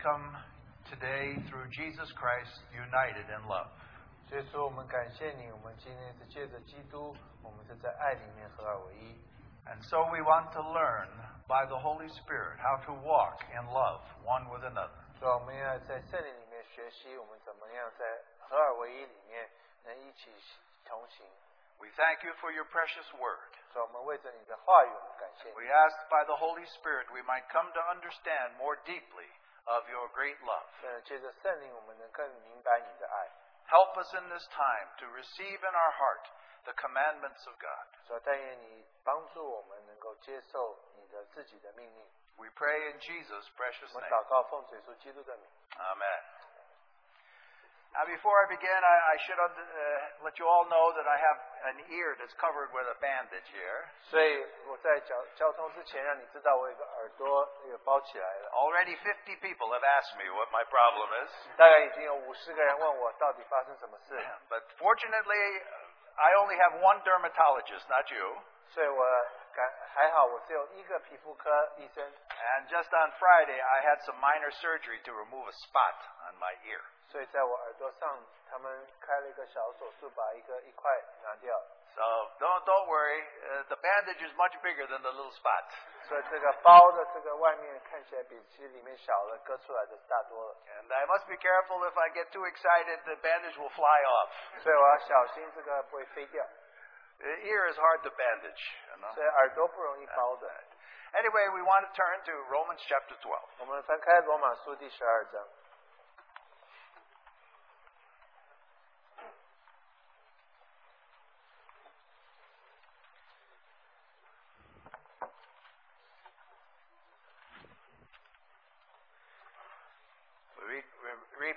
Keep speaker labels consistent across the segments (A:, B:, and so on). A: come today through Jesus Christ united in love.
B: 所以说，我们感谢你，我们今天是借着基督，我们是在爱里面合二为一。
A: And so we want to learn by the Holy Spirit how to walk in love one with another.
B: 所以我们要在圣灵里面学习，我们怎么样在合二为一里面能一起同行。
A: We thank you for your precious word.
B: 所以我们为着你的话语，我们感谢你。
A: We ask by the Holy Spirit we might come to understand more deeply of your great love.
B: 嗯，借着圣灵，我们能更明白你的爱。
A: Help us in this time to receive in our heart the commandments of God.
B: 所以但愿你帮助我们能够接受你的自己的命令。
A: We pray in Jesus' precious
B: 我们
A: name.
B: 祷告，奉主基督的名。
A: Amen. Now, before I begin, I, I should uh, let you all know that I have an ear that's covered with a bandage here.
B: 所以我在交交通之前，让你知道我有个耳朵也包起来了。
A: Already 50 people have asked me what my problem is.
B: 大概已经有五十个人问我到底发生什么事，
A: But fortunately, I only have one dermatologist, not you.
B: 所以我感还好，我只有一个皮肤科医生，
A: And just on Friday, I had some minor surgery to remove a spot on my ear.
B: 所以在我耳朵上，他们开了一个小手术，把一个一块拿掉，
A: So don't, don't worry, uh, the bandage is much bigger than the little spot.
B: 所以这个包的这个外面看起来比其实里面小了，割出来的大多了，
A: And I must be careful if I get too excited, the bandage will fly off.
B: 所以我要小心这个不会飞掉，
A: The ear is hard to bandage. You know?
B: 所以嗯耳朵不容易包的。
A: Anyway, we want to turn to Romans chapter 12.
B: 我们翻开罗马书第十二章，
A: We read, we read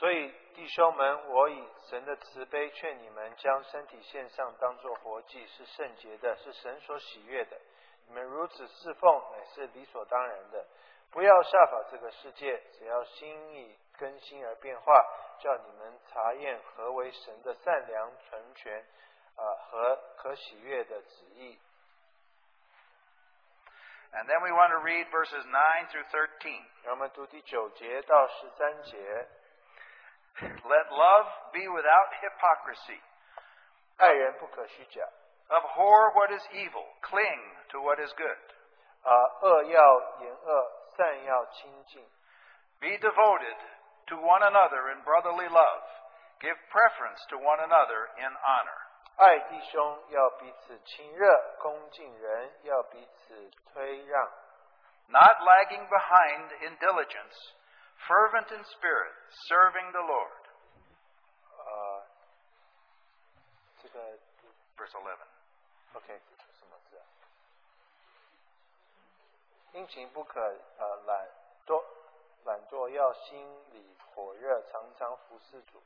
B: 所以，弟兄们，我以神的慈悲劝你们，将身体献上，当作活祭，是圣洁的，是神所喜悦的。你们如此侍奉，乃是理所当然的。不要效法这个世界，只要心意更新而变化，叫你们查验何为神的善良、纯全，啊、和可喜悦的旨意。
A: And then we want to read verses 9 through 13.
B: 让我们读第九节到十三节。
A: Let love be without hypocrisy.
B: 爱人不可虚假，
A: Abhor what is evil, cling to what is good.
B: 啊、恶要言恶，善要亲近。
A: Be devoted to one another in brotherly love. Give preference to one another in honor.
B: 爱弟兄要彼此亲热，恭敬人要彼此推让，
A: Not lagging behind in diligence, fervent in spirit, serving the Lord.
B: 呃，这个
A: Verse 11.
B: OK 什么字、啊？殷勤不可呃懒惰，懒惰要心里火热，常常服侍主。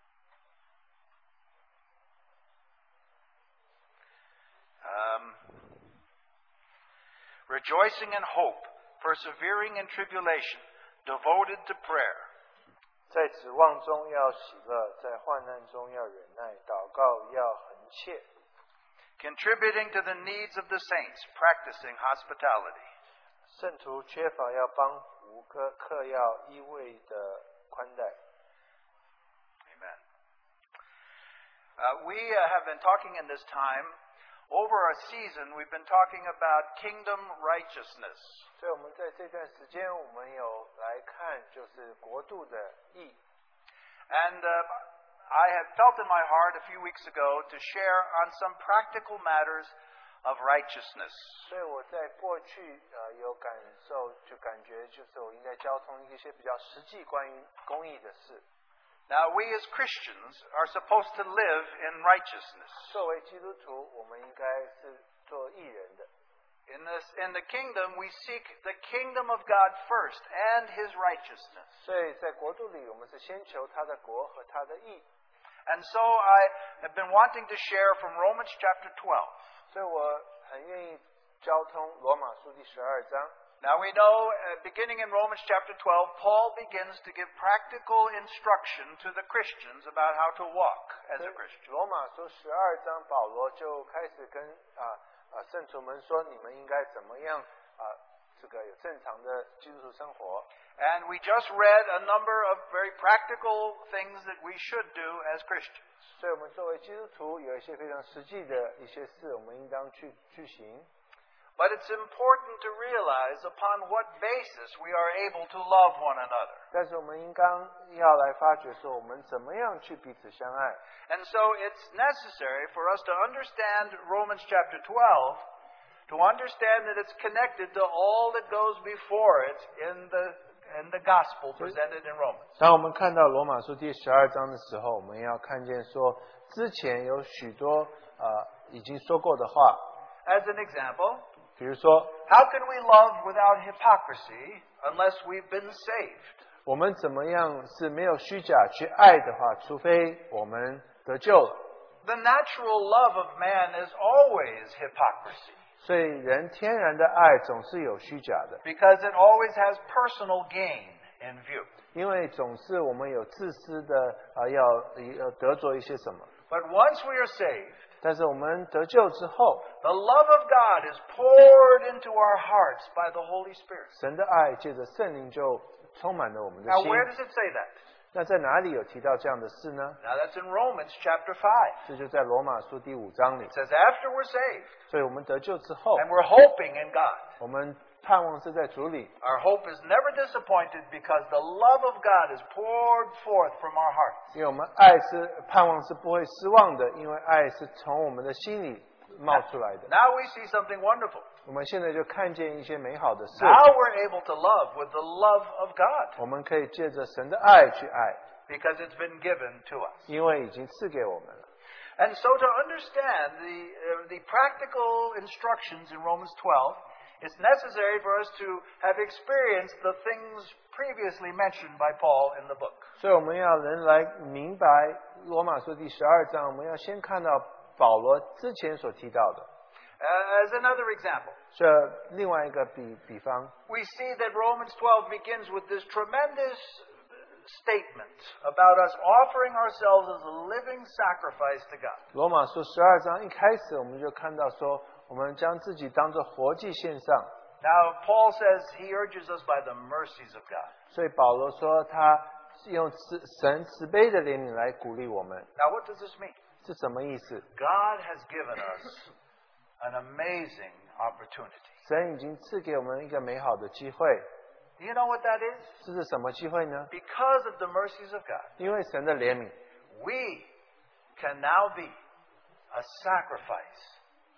A: Um, rejoicing in hope, persevering in tribulation, devoted to prayer.
B: 在指望中要喜乐，在患难中要忍耐，祷告要恒切，
A: Contributing to the needs of the saints, practicing hospitality.
B: 圣徒缺乏要帮扶，哥客要依偎的宽待。
A: Amen. Uh, we uh, have been talking in this time, over a season, we've been talking about kingdom righteousness.
B: 所以我们在这段时间，我们有来看就是国度的义。
A: And uh, I had felt in my heart a few weeks ago to share on some practical matters of righteousness.
B: 所以我在过去呃有感受，就感觉就是我应该交通一些比较实际关于公益的事。
A: Now, we as Christians are supposed to live in righteousness.
B: 作为基督徒，我们应该是做义人的，
A: In, this, in the kingdom, we seek the kingdom of God first and his righteousness.
B: 所以在国度里，我们是先求他的国和他的义。
A: And so I have been wanting to share from Romans chapter 12.
B: 所以我很愿意交通罗马书第十二章。
A: Now we know, uh, beginning in Romans chapter 12, Paul begins to give practical instruction to the Christians about how to walk as a Christian.
B: 罗马书十二章，保罗就开始跟啊啊圣徒们说，你们应该怎么样啊这个有正常的基督徒生活。
A: And we just read a number of very practical things that we should do as Christians.
B: 所以我们作为基督徒，有一些非常实际的一些事，我们应当去去行。
A: But it's important to realize upon what basis we are able to love one another.
B: 但是我们应当要来发觉说，我们怎么样去彼此相爱。
A: And so it's necessary for us to understand Romans chapter 12 to understand that it's connected to all that goes before it in the in the gospel presented in Romans.
B: 当我们看到罗马书第十二章的时候，我们要看见说，之前有许多呃已经说过的话，
A: As an example,
B: 比如说
A: how can we love without hypocrisy unless we've been saved?
B: 我们怎么样是没有虚假去爱的话，除非我们得救了。
A: The natural love of man is always hypocrisy
B: 所以人天然的爱总是有虚假的，
A: because it always has personal gain in view.
B: 因为总是我们有自私的啊、呃要要得着一些什么。
A: But once we are saved,
B: 但是我们得救之后，
A: The love of God is poured into our hearts by the Holy Spirit.
B: 神的爱借着圣灵就充满了我们的
A: Now,
B: 心。
A: where does it say that?
B: 那在哪里有提到这样的事呢？
A: Now, that's in Romans chapter 5.
B: 这就在罗马书第五章里
A: It。says, after we're saved
B: 所以我们得救之后，
A: and we're hoping in God,
B: 我们盼望是在主里，
A: our hope is never disappointed because the love of God is poured forth from our hearts.
B: 因为我们爱是盼望是不会失望的，因为爱是从我们的心里冒出来的。
A: Now we see something wonderful.
B: 我们现在就看见一些美好的事，
A: Now we're able to love with the love of God
B: 我们可以借着神的爱去爱，
A: because it's been given to us.
B: 因为已经赐给我们了。
A: And so to understand the, uh, the practical instructions in Romans 12, it's necessary for us to have experienced the things previously mentioned by Paul in the book.
B: 所以我们要人来明白罗马书第十二章，我们要先看到保罗之前所提到的。
A: Uh, as another example,
B: 这另外一个比比方，
A: we see that Romans 12 begins with this tremendous statement about us offering ourselves as a living sacrifice to God.
B: 罗马书十二章一开始我们就看到说，我们将自己当作活祭献上。
A: Now, Paul says he urges us by the mercies of God.
B: 所以保罗说，他是用慈神慈悲的怜悯来鼓励我们，
A: Now, what does this mean?
B: 是什么意思？
A: God has given us an amazing opportunity.
B: 神已经赐给我们一个美好的机会，
A: Do you know what that is?
B: 这是什么机会呢？
A: Because of the mercies of God,
B: 因为神的怜悯，
A: we can now be a sacrifice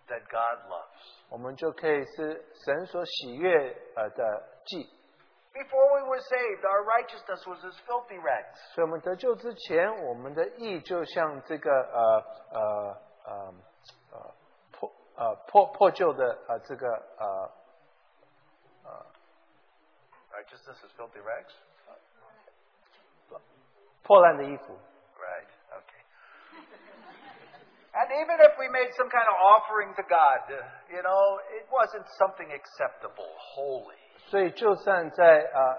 A: that God loves.
B: 我们就可以是神所喜悦呃的祭。
A: Before we were saved, our righteousness was as filthy rags.
B: 所以我们得救之前，我们的义就像这个呃呃呃呃破呃破破旧的呃这个呃
A: Righteousness is filthy rags?
B: 破烂的衣服。
A: Right, okay. And even if we made some kind of offering to God, uh, you know, it wasn't something acceptable, holy.
B: 所以就算在呃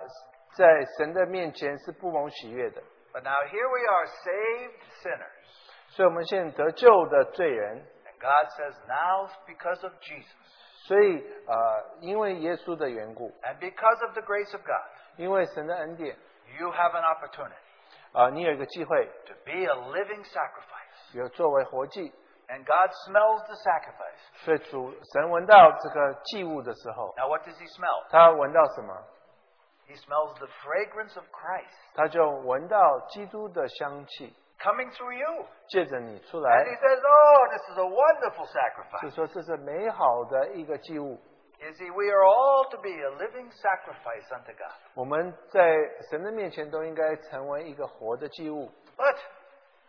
B: 在神的面前是不蒙喜悦的。
A: But now here we are, saved sinners.
B: 所以我们现在得救的罪人，
A: And God says, now because of Jesus
B: 所以呃因为耶稣的缘故，
A: and because of the grace of God,
B: 因为神的恩典，
A: you have an opportunity
B: 啊、你有一个机会，
A: to be a living sacrifice.
B: 有作为活祭。
A: And God smells the sacrifice.
B: 所以主神闻到这个祭物的时候，
A: Now, what does he smell?
B: 他闻到什么？
A: He smells the fragrance of Christ
B: 他就闻到基督的香气，
A: coming through you.
B: 借着你出
A: And
B: 来，
A: he says, Oh, this is a wonderful
B: 就
A: sacrifice.
B: 说这是美好的一个祭物。
A: You see, we are all to be a living sacrifice unto God.
B: 我们在神的面前都应该成为一个活的祭物。
A: But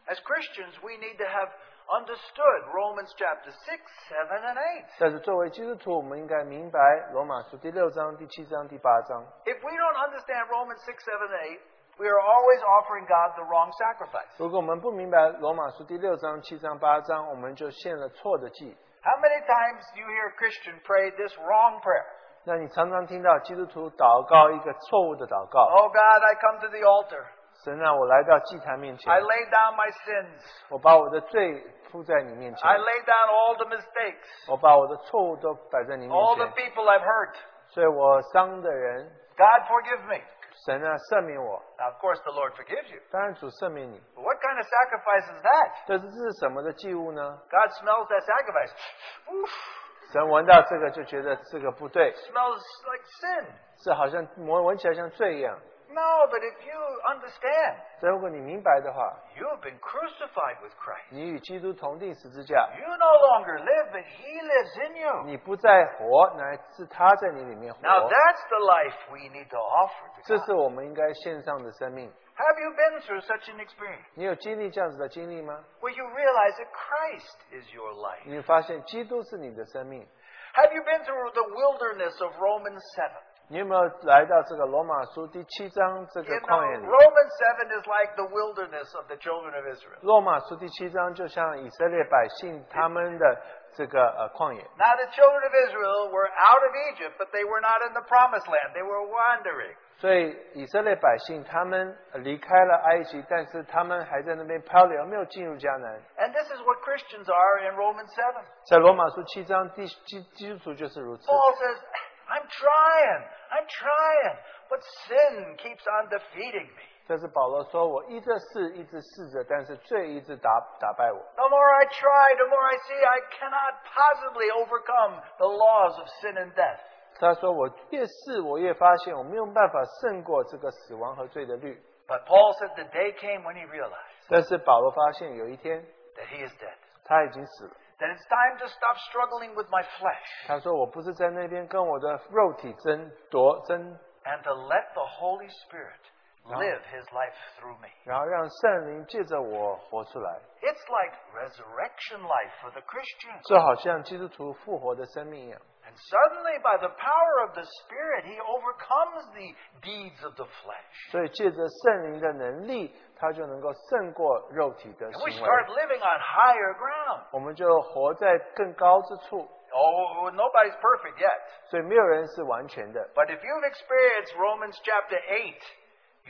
A: as Christians, we need to have understood Romans chapter 6, 7, and 8.
B: 但是作为基督徒，我们应该明白罗马书第六章、第七章、第八章。
A: If we don't understand Romans 6, 7, and 8, we are always offering God the wrong sacrifice.
B: 如果我们不明白罗马书第六章、七章、八章，我们就献了错的祭。
A: How many times do you hear a Christian pray this wrong prayer?
B: 那你常常听到基督徒祷告一个错误的祷告：
A: Oh God, I come to the altar.
B: 神啊，我来到祭坛面前
A: I，lay down my sins.
B: 我把我的罪铺在你面前，
A: I lay down all the mistakes,
B: 我把我的错误都摆在你
A: all
B: 面
A: the
B: 前，
A: people I've hurt.
B: 所以我伤的人，
A: God, forgive me.
B: 神啊赦免我。
A: Now, of course, the Lord forgives you.
B: 当然主赦免你，
A: But what kind of sacrifice is that?
B: 但是这是什么的祭物呢？
A: God smells that sacrifice. Oof,
B: 神闻到这个就觉得这个不对，
A: smells like sin.
B: 这好像闻闻起来像罪一样。
A: No, but if you understand,
B: 但如果你明白的话，
A: you have been crucified with Christ.
B: 你与基督同定十字架，
A: You no longer live, but He lives in you.
B: 你不再活，乃是他在你里面活。
A: Now that's the life we need to offer to
B: 这
A: God.
B: 是我们应该献上的生命。
A: Have you been through such an experience
B: 你有经历这样子的经历吗？
A: where you realize that Christ is your life?
B: 你会发现基督是你的生命。
A: Have you been through the wilderness of Romans 7?
B: 你有没有来到这个罗马书第七章这
A: You
B: 个
A: know,
B: 旷野里？
A: Romans 7 is like the wilderness of the children of Israel.
B: 罗马书第七章就像以色列百姓他们的这个呃旷野，
A: Now the children of Israel were out of Egypt, but they were not in the promised land. They were wandering.
B: 所以以色列百姓他们呃离开了埃及，但是他们还在那边漂流，没有进入迦南。
A: And this is what Christians are in Romans 7.
B: 在罗马书七章第基基督徒就是如此。
A: Paul says, I'm trying, I'm trying, but sin keeps on defeating me.
B: 但是保罗说：“我一直试，一直试着，但是罪一直打打败我。
A: The more I try, the more I see I cannot possibly overcome the laws of sin and death. ”
B: 他说：“我越试，我越发现我没有办法胜过这个死亡和罪的律。
A: But Paul said the day came when he realized ”
B: 但是保罗发现有一天
A: that he is dead.
B: 他已经死了。
A: That it's time to stop struggling with my flesh
B: 他说：“我不是在那边跟我的肉体争夺争，
A: and to let the Holy Spirit
B: Wow.
A: live his life through me.
B: 然后让圣灵借着我活出来。
A: It's like resurrection life for the Christian.
B: 这好像基督徒复活的生命一样。
A: And suddenly, by the power of the Spirit, he overcomes the deeds of the flesh.
B: 所以借着圣灵的能力，他就能够胜过肉体的
A: And we
B: 行为。
A: start living on higher ground.
B: 我们就活在更高之处。
A: Oh, nobody's perfect yet.
B: 所以没有人是完全的。
A: But if you've experienced Romans chapter 8,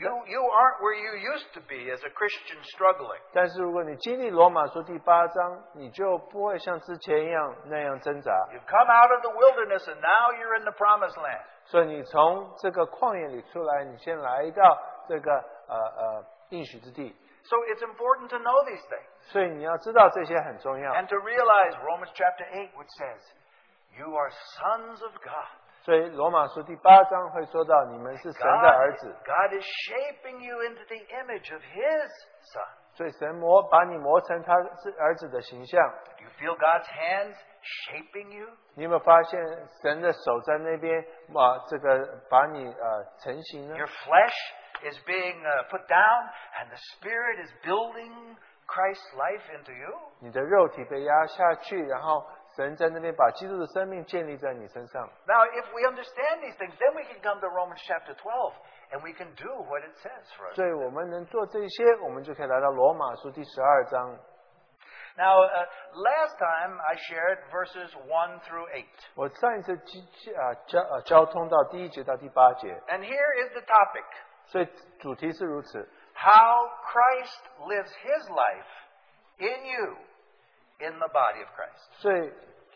A: you, you aren't where you used to be as a Christian struggling.
B: 但是如果你经历罗马书第八章，你就不会像之前一样那样挣扎。
A: You've come out of the wilderness and now you're in the promised land.
B: 所以你从这个旷野里出来，你先来到这个呃呃应许之地。
A: So it's important to know these things
B: 所以你要知道这些很重要。
A: and to realize Romans chapter 8, which says, You are sons of God.
B: 所以罗马书第八章会说到，你们是神的儿
A: God,
B: 子。
A: God is shaping you into the image of His Son.
B: 所以神磨把你磨成他是儿子的形象。
A: Do you feel God's hands shaping you?
B: 你有没有发现神的手在那边啊、这个把你呃成型呢？
A: Your flesh is being uh, put down, and the Spirit is building Christ's life into you.
B: 你的肉体被压下去，然后神在那边把基督的生命建立在你身上。
A: Now, if we understand these things, then we can come to Romans chapter 12 and we can do what it says for us.
B: 所以我们能做这些，我们就可以来到罗马书第十二章。
A: Now, uh, last time I shared verses 1 through 8.
B: 我上一次基基啊交啊交通到第一节到第八节，
A: And here is the topic
B: 所以主题是如此：
A: how Christ lives his life in you in the body of Christ.
B: 所以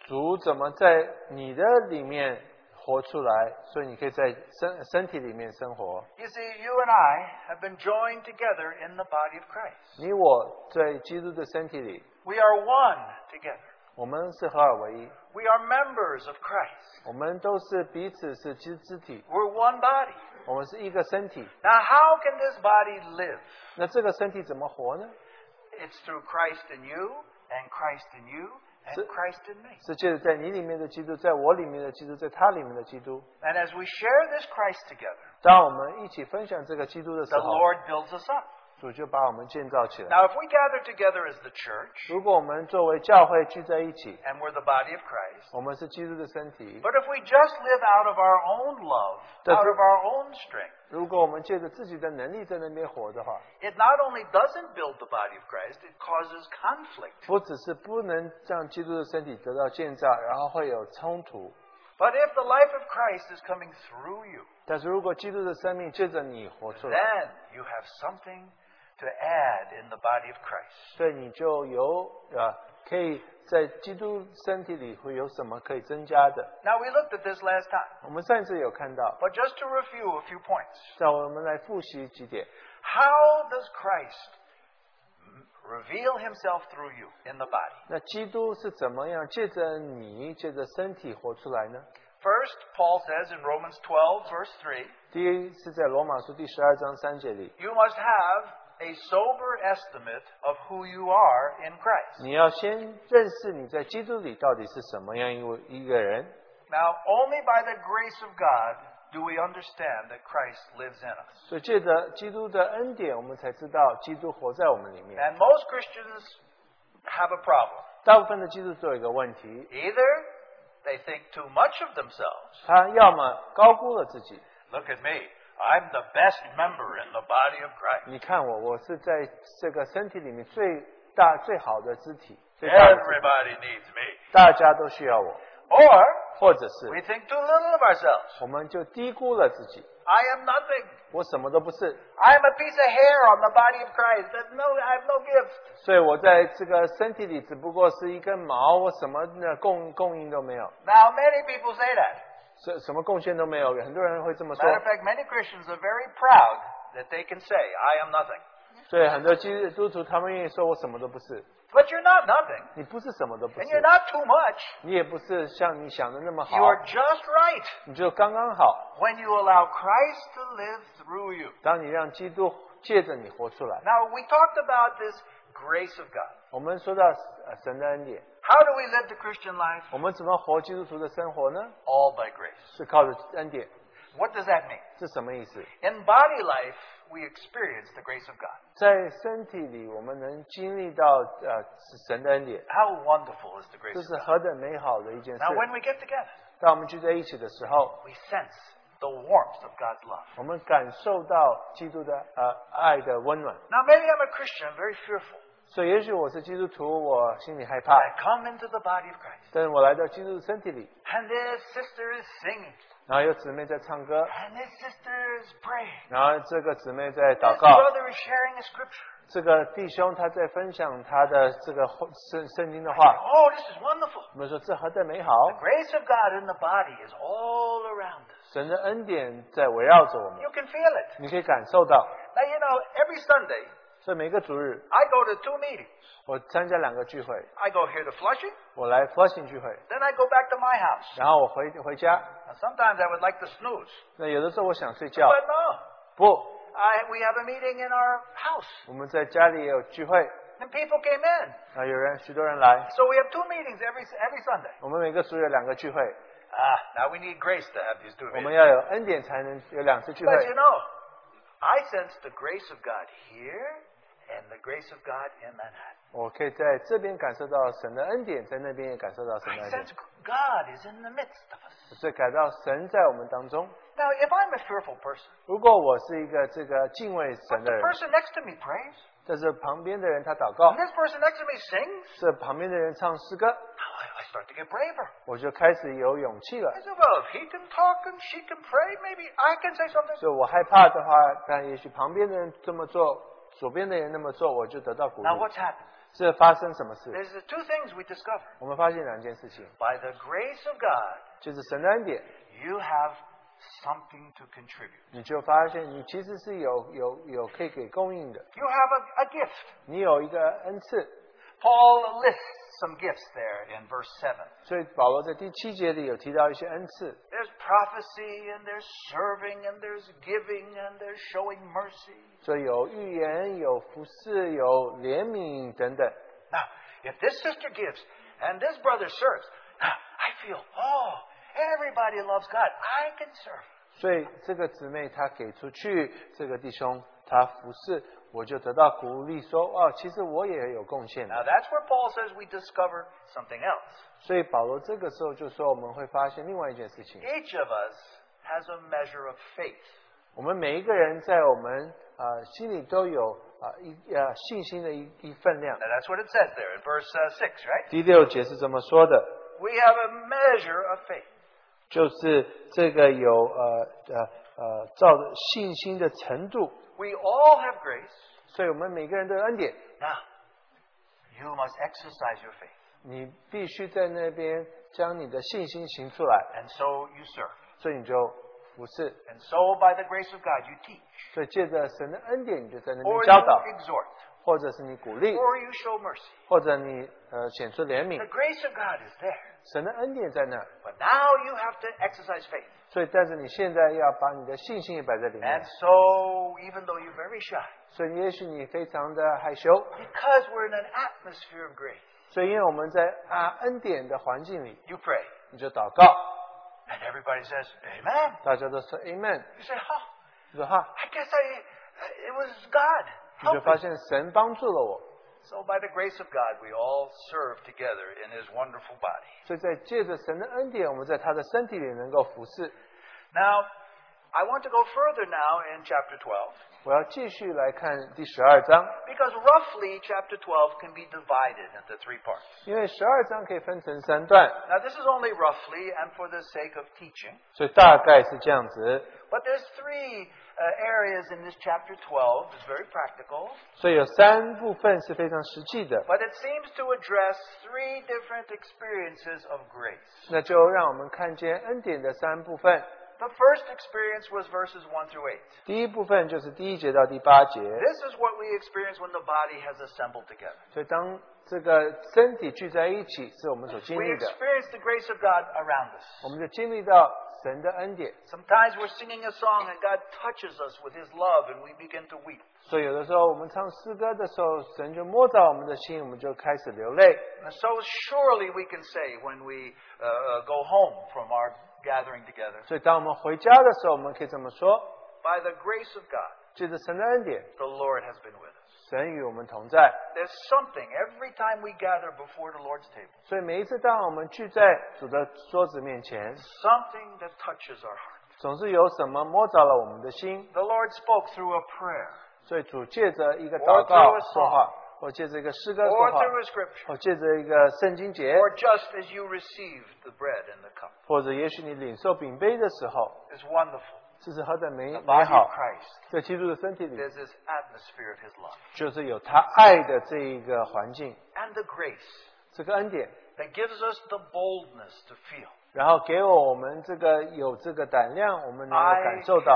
B: 主怎么在你的里面活出来，所以你可以在身身体里面生活。
A: You see, you and I have been joined together in the body of Christ.
B: 你我在基督的身体里，
A: We are one together.
B: 我们是合二为一，
A: We are members of Christ.
B: 我们都是彼此是肢肢体，
A: We're one body.
B: 我们是一个身体。
A: Now, how can this body live?
B: 那这个身体怎么活呢？
A: It's through Christ in you, and Christ in you, and
B: So-
A: Christ in me.
B: 是借着在你里面的基督，在我里面的基督，在他里面的基督。
A: And as we share this Christ together,
B: 当我们一起分享这个基督的时
A: the
B: 候，
A: Lord builds us up.
B: 主就把我们建造起来。
A: Now, if we gather together as the church,
B: 如果我们作为教会聚在一起，
A: and we're the body of Christ,
B: 我们是基督的身体；
A: but if we just live out of our own love,
B: That's
A: out
B: it.
A: of our own strength,
B: 如果我们借着自己的能力在那边活的话，
A: it not only doesn't build the body of Christ, it causes conflict.
B: 不只是不能让基督的身体得到建造，然后会有冲突。
A: But if the life of Christ is coming through you,
B: 但是如果基督的生命借着你活出来，
A: then you have something to add in the body of Christ.
B: 所以你就有呃，可以在基督身体里会有什么可以增加的？
A: Now, we looked at this last time,
B: 我们上一次有看到，
A: but just to review a few points.
B: 让我们来复习几点：
A: How does Christ reveal himself through you in the body?
B: 那基督是怎么样借着你借着身体活出来呢？
A: First, Paul says in Romans 12, verse 3,
B: 第一是在罗马书第十二章三节里，
A: you must have a sober estimate of who you are in Christ.
B: 你要先认识你在基督里到底是什么样一位一个人。
A: Now, only by the grace of God do we understand that Christ lives in us.
B: 所以借着基督的恩典，我们才知道基督活在我们里面。
A: And most Christians have a problem.
B: 大部分的基督徒有一个问题，
A: Either they think too much of themselves.
B: 他要么高估了自己，
A: Look at me. I'm the best member in the body of Christ.
B: 你看我，我是在这个身体里面最大最好的肢体，最大的肢体
A: Everybody needs me.
B: 大家都需要我，
A: Or
B: 或者
A: we
B: 是
A: think too little of ourselves.
B: 我们就低估了自己，
A: I am nothing.
B: 我什么都不是，
A: I'm a piece of hair on the body of Christ. There's no, I have no gift.
B: 所以我在这个身体里只不过是一根毛，我什么的供供应都没有，
A: Now, many people say that.
B: 什什么贡献都没有。很多人会这么说，
A: Matter of fact, many Christians are very proud that they can say, I am nothing.
B: 所以很多基督徒他们愿意说我什么都不是，
A: But you're not nothing.
B: 你不是什么都不
A: And
B: 是
A: you're，not too much.
B: 你也不是像你想的那么好
A: You，are just right.
B: 你就刚刚好。
A: when you allow Christ to live through you.
B: 当你让基督借着你活出来，
A: Now, we talked about this grace of God.
B: 我们说到呃神的恩典。
A: How do we live the Christian life?
B: 我们怎么活基督徒的生活呢？
A: All by grace.
B: 是靠着恩典，
A: What does that mean?
B: 是什么意思？
A: In body life, we experience the grace of God.
B: 在身体里，我们能经历到呃是神的恩典，
A: How wonderful is the grace
B: 这
A: of
B: 是
A: God?
B: 何等美好的一件事
A: Now,！when we get together,
B: 当我们聚在一起的时候，
A: we sense the warmth of God's love.
B: 我们感受到基督的呃爱的温暖。
A: Now, maybe I'm a Christian, I'm very fearful.
B: 所以，也许我是基督徒，我心里害
A: But
B: 怕，
A: I come into the body of Christ,
B: 但是我来到基督的身体里，
A: and this sister is singing,
B: 然后有姊妹在唱歌，
A: and this sister is praying,
B: 然后这个姊妹在
A: this
B: 祷告，
A: brother is sharing a scripture.
B: 这个弟兄他在分享他的这个圣圣经的
A: I think,
B: 话，
A: oh, this is wonderful.
B: 我们说这何等美好！
A: The grace of God in the body is all around us.
B: 神的恩典在围绕着我们，
A: You can feel it.
B: 你可以感受到。
A: Now, you know, every Sunday,
B: 所以每个主日，
A: I go to two meetings.
B: 我参加两个聚会，
A: I go here to Flushing,
B: 我来 Flushing 聚会，
A: then I go back to my house.
B: 然后我回回家。
A: Now, sometimes I would like to snooze,
B: 那有的时候我想睡觉，
A: but no.
B: 不，
A: I, we have a meeting in our house,
B: 我们在家里也有聚会，
A: and people came in.
B: 啊，有人许多人来，
A: So we have two meetings every, every Sunday.
B: 我们每个组有两个聚会，
A: Ah, now we need grace to have these two
B: 我们
A: meetings.
B: 要有恩典才能有两次聚
A: But you
B: 会。
A: know, I sense the grace of God here and the grace of God in Manhattan.
B: 我可以在这边感受到神的恩典，在那边也感受到神
A: I
B: 的恩
A: sense
B: 典，
A: God is in the midst of us.
B: 所以感到神在我们当中。
A: Now, if I'm a fearful person,
B: 如果我是一个这个敬畏
A: but
B: 神的
A: the
B: 人，
A: person next to me prays,
B: 但是旁边的人他祷告
A: and，this person next to me sings,
B: 这旁边的人唱诗歌，
A: now I, I start to get braver.
B: 我就开始有勇气了
A: I。said, well, if he can talk and she can pray, maybe I can say something.
B: 所以我害怕的话，但也许旁边的人这么做，左边的人那么做，我就得到鼓励。
A: Now, what's happened?
B: 这发生什么事？
A: There's the two things we discover.
B: 我们发现两件事情，
A: By the grace of God,
B: 就是神的恩典，
A: you have something to contribute.
B: 你就发现你其实是有有有可以给供应的，
A: You have a, a gift.
B: 你有一个恩赐。
A: Paul lists some gifts there in verse 7.
B: 所以保罗在第七节里有提到一些恩赐，
A: There's prophecy, and there's serving, and there's giving, and there's showing mercy.
B: 所以有预言、有服饰、有怜悯等等。
A: Now, if this sister gives and this brother serves, now I feel, oh, everybody loves God. I can serve.
B: 所以这个姊妹她给出去，这个弟兄他服侍，我就得到鼓励说，哦，其实我也有贡献的
A: Now that's where Paul says we discover something else.
B: 所以保罗这个时候就说，我们会发现另外一件事情，
A: Each of us has a measure of faith.
B: 我们每一个人在我们呃心里都有啊、呃一呃信心的一一份量
A: Now。that's what it says there in verse uh, 6, right?
B: 第六节是这么说的，
A: We have a measure of faith.
B: 就是这个有呃呃呃照着信心的程度，
A: We all have grace.
B: 所以我们每个人都有恩典，
A: Now, you must exercise your faith.
B: 你必须在那边将你的信心行出来，
A: And so you serve.
B: 所以你就服侍，
A: And so by the grace of God you teach.
B: 所以借着神的恩典，你就在那
A: Or
B: 边
A: you
B: 教导，
A: exhort.
B: 或者是你鼓励，
A: Or you show mercy.
B: 或者你呃显出怜悯
A: The，grace of God is there.
B: 神的恩典在那儿，
A: But now you have to exercise faith.
B: 所以但是你现在要把你的信心也摆在里
A: And
B: 面，
A: so, even though you're very shy,
B: 所以也许你非常的害羞，
A: because we're in an atmosphere of grace,
B: 所以因为我们在啊恩典的环境里，
A: you pray.
B: 你就祷告。
A: And everybody says, Amen.
B: 大家都说 Amen，
A: You say, Oh,
B: 说哈，
A: I guess I, it was God.
B: 你就
A: helping
B: 发现神帮助了我，
A: So, by the grace of God, we all serve together in His wonderful body.
B: 所以在借着神的恩典，我们在他的身体里能够服侍。
A: Now, I want to go further now in chapter 12,
B: 我要继续来看第十二章，
A: because roughly chapter 12 can be divided into three parts.
B: 因为十二章可以分成三段，
A: Now, this is only roughly and for the sake of teaching,
B: 所以大概是这样子。
A: but there's three uh, areas in this chapter 12. It's very practical,
B: 所以有三部分是非常实际的，
A: but it seems to address three different experiences of grace.
B: 那就让我们看见恩典的三部分。
A: The first experience was verses 1 through 8.
B: 第一部分就是第一节到第八节，
A: This is what we experience when the body has assembled together.
B: 所以当这个身体聚在一起，是我们所经
A: We
B: 历的，
A: experience the grace of God around us.
B: 我们就经历到神的恩典。
A: Sometimes we're singing a song and God touches us with his love and we begin to weep.
B: 所以有的时候我们唱诗歌的时候，神就摸到我们的心，我们就开始流泪。
A: And so surely we can say when we uh, uh, go home from our gathering together,
B: 所以当我们回家的时候，我们可以这么说：
A: by the grace of God,
B: 借着神的恩典，
A: the Lord has been with us.
B: 神与我们同在。
A: There's something every time we gather before the Lord's table,
B: 所以每一次当我们聚在主的桌子面前，
A: something that touches our heart.
B: 总是有什么摸着了我们的心。
A: The Lord spoke through a prayer
B: 所以主借着一个祷告说话，或借着一个诗歌
A: or
B: 说话，
A: through a scripture
B: 或哦借着一个圣经节，
A: or just as you received the bread and the cup.
B: 或者也许你领受饼杯的时候，
A: It's wonderful.
B: 这是何等美
A: The
B: 美
A: body of
B: 好！
A: Christ.
B: 在基督的身体里，
A: There's this atmosphere of his love.
B: 就是有他爱的这一个环境。
A: and the grace
B: 这个恩典，
A: that gives us the boldness to feel.
B: 然后给我们这个有这个胆量，我们能够
A: I
B: 感受
A: can
B: 到，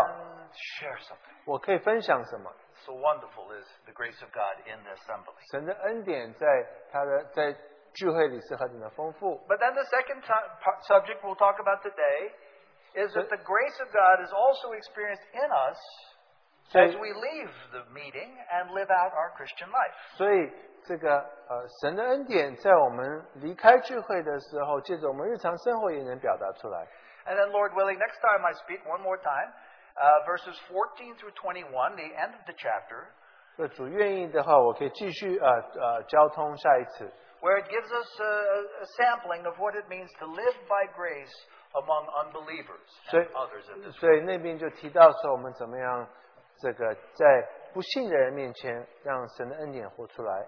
A: share something.
B: 我可以分享什么。
A: So wonderful is the grace of God in the assembly.
B: 神的恩典在他的在聚会里是何等的丰富。
A: But then the second to- po- subject we'll talk about today is that the grace of God is also experienced in us
B: So-
A: as we leave the meeting and live out our Christian life.
B: 所以这个呃，神的恩典在我们离开聚会的时候，借着我们日常生活也能表达出来。
A: And then, Lord willing, next time I speak, one more time, uh, verses 14 through 21, the end of the chapter,
B: 那主愿意的话，我可以继续呃呃交通下一次，
A: where it gives us a, a sampling of what it means to live by grace among unbelievers
B: So-
A: and others in this
B: 所以那边就提到说我们怎么样这个在不信的人面前让神的恩典活出来。
A: world.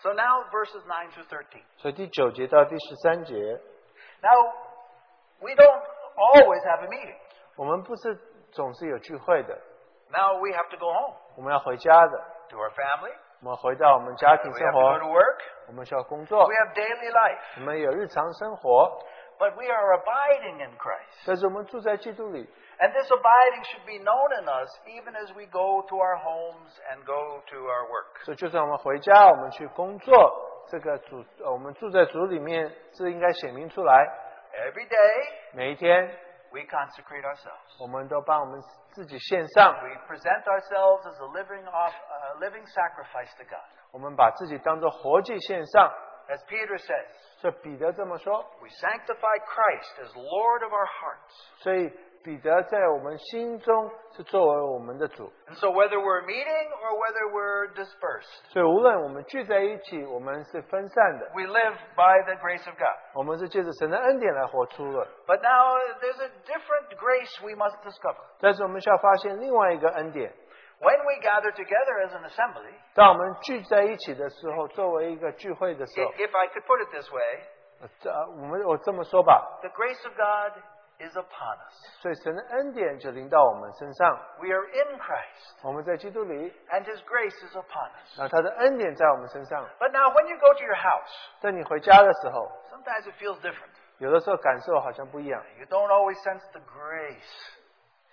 A: So now verses 9 through 13.
B: 所以第九节到第十三节，
A: Now, we don't always have a meeting.
B: 我们不是总是有聚会的，
A: Now we have to go home
B: 我们要回家的，
A: to our family.
B: 我们回到我们家庭
A: We
B: 生
A: have to go
B: 活，
A: to work.
B: 我们需要工作
A: We，have daily life.
B: 我们有日常生活，
A: But we are abiding in Christ.
B: 但是我们住在基督里，
A: And this abiding should be known in us even as we go to our homes and go to our work.
B: 所以就算我们回家，我们去工作，这个主，呃我们住在主里面，这应该显明出来。
A: Every day,
B: 每一天，
A: we consecrate ourselves.
B: 我们都帮我们自己献上，
A: We present ourselves as a living, off, a living sacrifice to God.
B: 我们把自己当做活祭献上。
A: As Peter says,
B: 所以彼得这么说，
A: we sanctify Christ as Lord of our hearts.
B: 所以彼得在我们心中是作为我们的主，
A: And so, whether we're meeting or whether we're dispersed,
B: 所以无论我们聚在一起，我们是分散的，
A: we live by the grace of God.
B: 我们是借着神的恩典来活出了。
A: But now uh, there's a different grace we must discover.
B: 但是我们需要发现另外一个恩典，
A: When we gather together as an assembly,
B: 当我们聚在一起的时候，作为一个聚会的时候
A: i-，if I could put it this way,
B: 呃这呃我们我这么说吧，
A: the grace of God is upon us.
B: 所以神的恩典就临到我们身上，
A: We are in Christ,
B: 我们在基督里，
A: and His grace is upon us.
B: 那他的恩典在我们身上。
A: But now, when you go to your house,
B: 在你回家的时候，
A: sometimes it feels different.
B: 有的时候感受好像不一样，
A: You don't always sense the grace.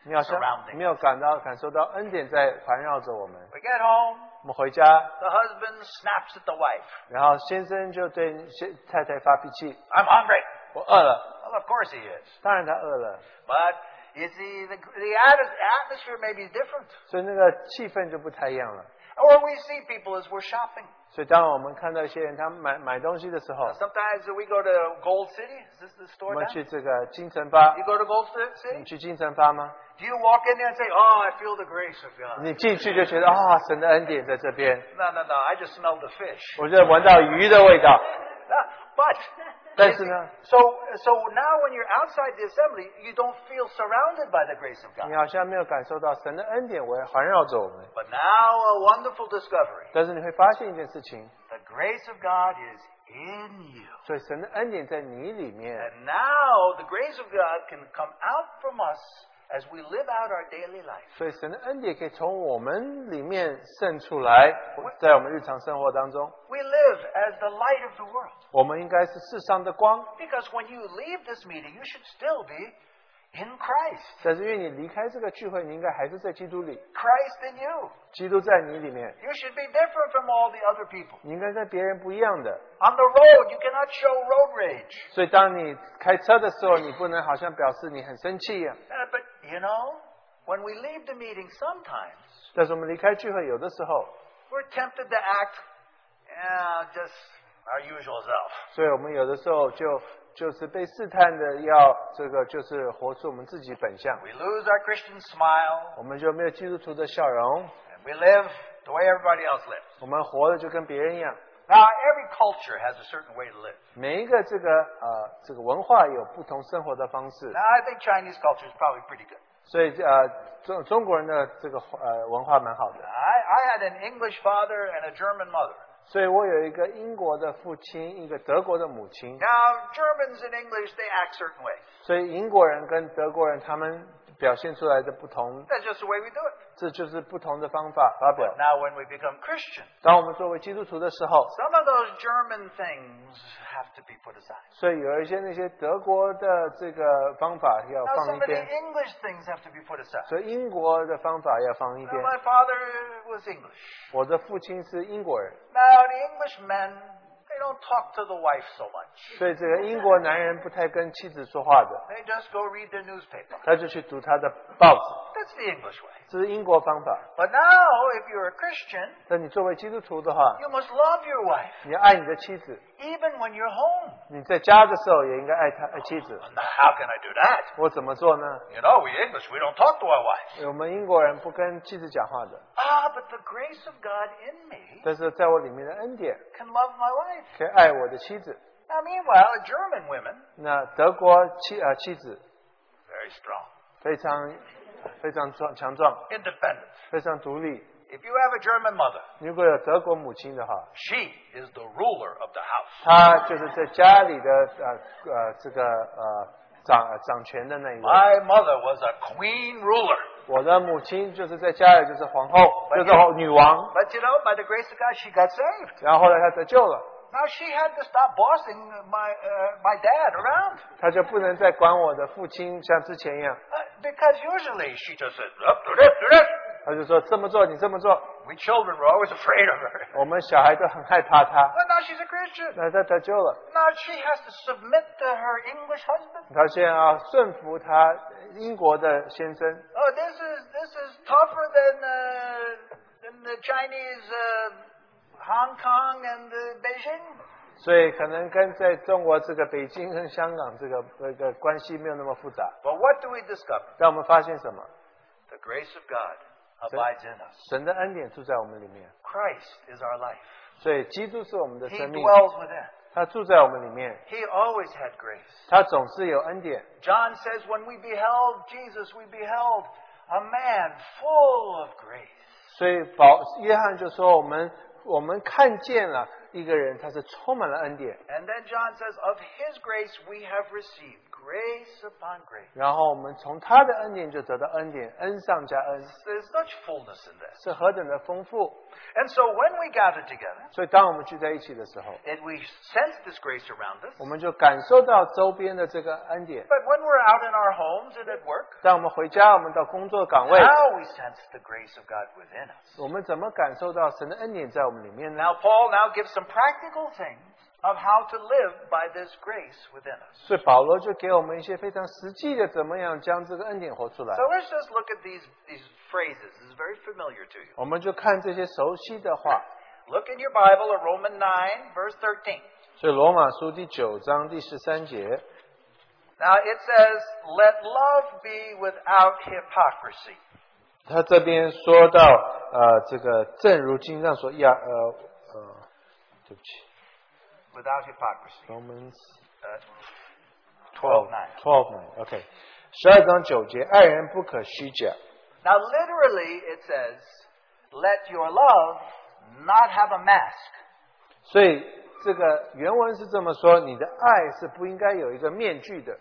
B: 你好像没有感到感受到恩典在环绕着我们。
A: We get home,
B: 我们回家，
A: the husband snaps at the wife.
B: 然后先生就对先太太发脾气
A: I'm hungry.：“
B: 我饿了。
A: Well, of course he is. ”
B: 当然他饿了，
A: But you see, the, the atti- atmosphere may be different.
B: 所以那个气氛就不太一样了。
A: Or we see people as we're shopping.
B: 所以当我们看到一些人他买买东西的时候
A: Now,，sometimes we go to Gold City. Is this the
B: 我
A: store?
B: 们
A: Down?
B: 去这个金城吧
A: You，go to Gold
B: 你
A: City?
B: 去金城吧吗？
A: Do you walk in there and say, "Oh, I feel the grace of God"?
B: 你进去就觉得啊、神的恩典在这边，
A: No, no, no. I just smell the fish.
B: 我就闻到鱼的味道。
A: No, but
B: 但是呢，
A: so so now when you're outside the assembly, you don't feel surrounded by the grace of
B: 你
A: God.
B: 好像没有感受到神的恩典围环绕着我们。
A: But now a wonderful discovery:
B: 但是你会发现一件事情，
A: the grace of God is in you.
B: 所以神的恩典在你里面，
A: And now the grace of God can come out from us as we live out our daily life.
B: 所以神的恩典可以从我们里面渗出来，在我们日常生活当中，
A: We live as the light of the world.
B: 我们应该是世上的光。
A: Because when you leave this meeting, you should still be in Christ.
B: 但是因为你离开这个聚会，你应该还是在基督里，
A: Christ in you.
B: 基督在你里面，
A: You should be different from all the other people.
B: 你应该跟别人不一样的。
A: On the road, you cannot show road rage.
B: 所以当你开车的时候，你不能好像表示你很生气一样。
A: Uh, but, you know, when we leave the meeting, sometimes
B: 但是我们离开聚会，有的时候，
A: we're tempted to act yeah, just our usual self.
B: 所以我们有的时候就就是被试探的要这个就是活出我们自己本相，
A: We lose our Christian smile
B: 我们就没有基督徒的笑容，
A: and we live the way everybody else lives.
B: 我们活的就跟别人一样。
A: Now, Uh, every culture has a certain way to live.
B: 每一个这个呃这个文化有不同生活的方式，
A: Now, I think Chinese culture is probably pretty good.
B: 所以呃中中国人的这个呃文化蛮好的。
A: I, I had an English father and a German mother.
B: 所以我有一个英国的父亲，一个德国的母亲，
A: Now, Germans and English, they act certain ways.
B: 所以英国人跟德国人他们表现出来的不同，
A: That's just the way we do it.
B: 这就是不同的方法发表
A: But。now, when we become Christian,
B: 当我们作为基督徒的时候，
A: some of those German things have to be put aside.
B: 所以有一些那些德国的这个方法要
A: Now,
B: 放
A: some
B: 一
A: of the
B: 边，
A: English things have to be put aside.
B: 所以英国的方法要放一
A: Now,
B: 边。
A: my father was English.
B: 我的父亲是英国人，
A: Now, the English men, they don't talk to the wife so much.
B: 所以这个英国男人不太跟妻子说话的，
A: They just go read their newspaper.
B: 他就去读他的报纸，
A: That's the English way.
B: 这是英国方法。
A: But now, if you're a Christian,
B: 但你作为基督徒的话，
A: you must love your wife,
B: 你要爱你的妻子，
A: even when you're home.
B: 你在家的时候也应该爱他爱妻子。
A: How can I do that?
B: 我怎么做呢？
A: You know, we English, we don't talk to our wives.
B: 我们英国人不跟妻子讲话的，
A: Ah, but the grace of God in me
B: 但是在我里面的恩典
A: can love my wife.
B: 可以爱我的妻子。
A: Now, meanwhile, German women,
B: 那德国妻啊、妻子
A: very strong,
B: 非常非常壮强壮，
A: independent.
B: 非常独立。
A: If you have a German mother,
B: 如果有德国母亲的话，
A: she is the ruler of the house.
B: 她就是在家里的呃呃这个呃掌掌权的那一位。
A: My mother was a queen ruler.
B: 我的母亲就是在家里就是皇后，就是皇女王。
A: But you know, by the grace of God, she got saved.
B: 然后后来她得救了，
A: Now she had to stop bossing my uh, my dad around
B: 她就不能再管我的父亲像之前一样，
A: uh, because usually she just said, "Up, do this, do this."
B: 她就说这么做你这么做。
A: We children were always afraid of her.
B: 我们小孩都很害怕她，
A: But now she's a Christian.
B: 那她得救了，
A: Now she has to submit to her English husband.
B: 她现在要顺服她英国的先生。
A: Oh, this is this is tougher than uh, than the Chinese uh, Hong Kong and uh, Beijing.
B: 所以可能跟在中国这个北京跟香港这个这个关系没有那么复杂。
A: But what do we discover?
B: 但我们发现什么？
A: The grace of God abides in us.
B: 神的恩典住在我们里面，
A: Christ is our life.
B: 所以基督是我们的
A: He
B: 生命，
A: dwells within.
B: 他住在我们里面，
A: He always had grace.
B: 他总是有恩典。
A: John says, When we beheld Jesus, we beheld a man full of grace.
B: 所以保约翰就说：“我们我们看见了一个人，他是充满了恩典。
A: And then John says, Of his grace we have received grace upon grace.
B: 然后我们从他的恩典就得到恩典，恩上加恩，
A: There's such fullness in this.
B: 是何等的丰富。
A: And so when we gather together
B: 所以当我们聚在一起的时候，
A: and we sense this grace around us,
B: 我们就感受到周边的这个恩典。
A: but when we're out in our homes and at work,
B: 当我们回家，我们到工作岗位，
A: now we sense the grace of God within us.
B: 我们怎么感受到神的恩典在我们里面呢？
A: Now, Paul now gives some practical things of how to live by this grace within us.
B: 所以保罗就给我们一些非常实际的，怎么样将这个恩典活出来
A: So。let's just look at these, these phrases. This is very familiar to you.
B: 我们就看这些熟悉的话，
A: Look in your Bible at Romans 9, verse 13.
B: 所以罗马书第九章第十三节，
A: Now it says, Let love be without hypocrisy.
B: 他这边说到，呃，这个正如经上所要，呃呃，对不起
A: Without hypocrisy.
B: ，Romans
A: Uh,
B: 12
A: 12, 9.
B: twelve nine，OK，、十二章九节，爱人不可虚假。
A: Now, literally, it says, Let your love not have a mask.
B: 所以这个原文是这么说：你的爱是不应该有一个面具的。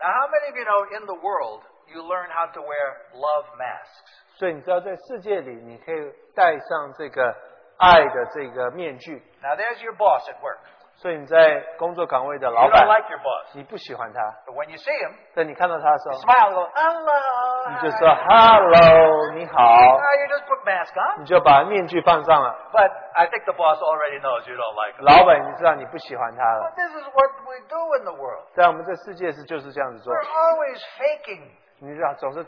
A: Now, how many of you know in the world you learn how to wear love masks?
B: 所以你知道，在世界里，你可以戴上这个爱的这个面具。
A: Now, there's your boss at work.
B: 所以你在工作岗位的
A: You
B: 老
A: don't
B: 板，
A: like your boss.
B: 你不喜欢他，
A: But when you see him,
B: 但你看到他的时候，
A: smile and go, hello.
B: 你
A: hi."
B: 就说 uh, “hello，你好
A: Ah, you just put mask ”，on.
B: 你就把面具放上了。
A: But I think the boss already knows you don't like him.
B: 老板已经知道你不喜欢他
A: But
B: 了。
A: this is what we do in the world.
B: 在我们这世界是就是这样子做，
A: We're always faking.
B: 你知道总是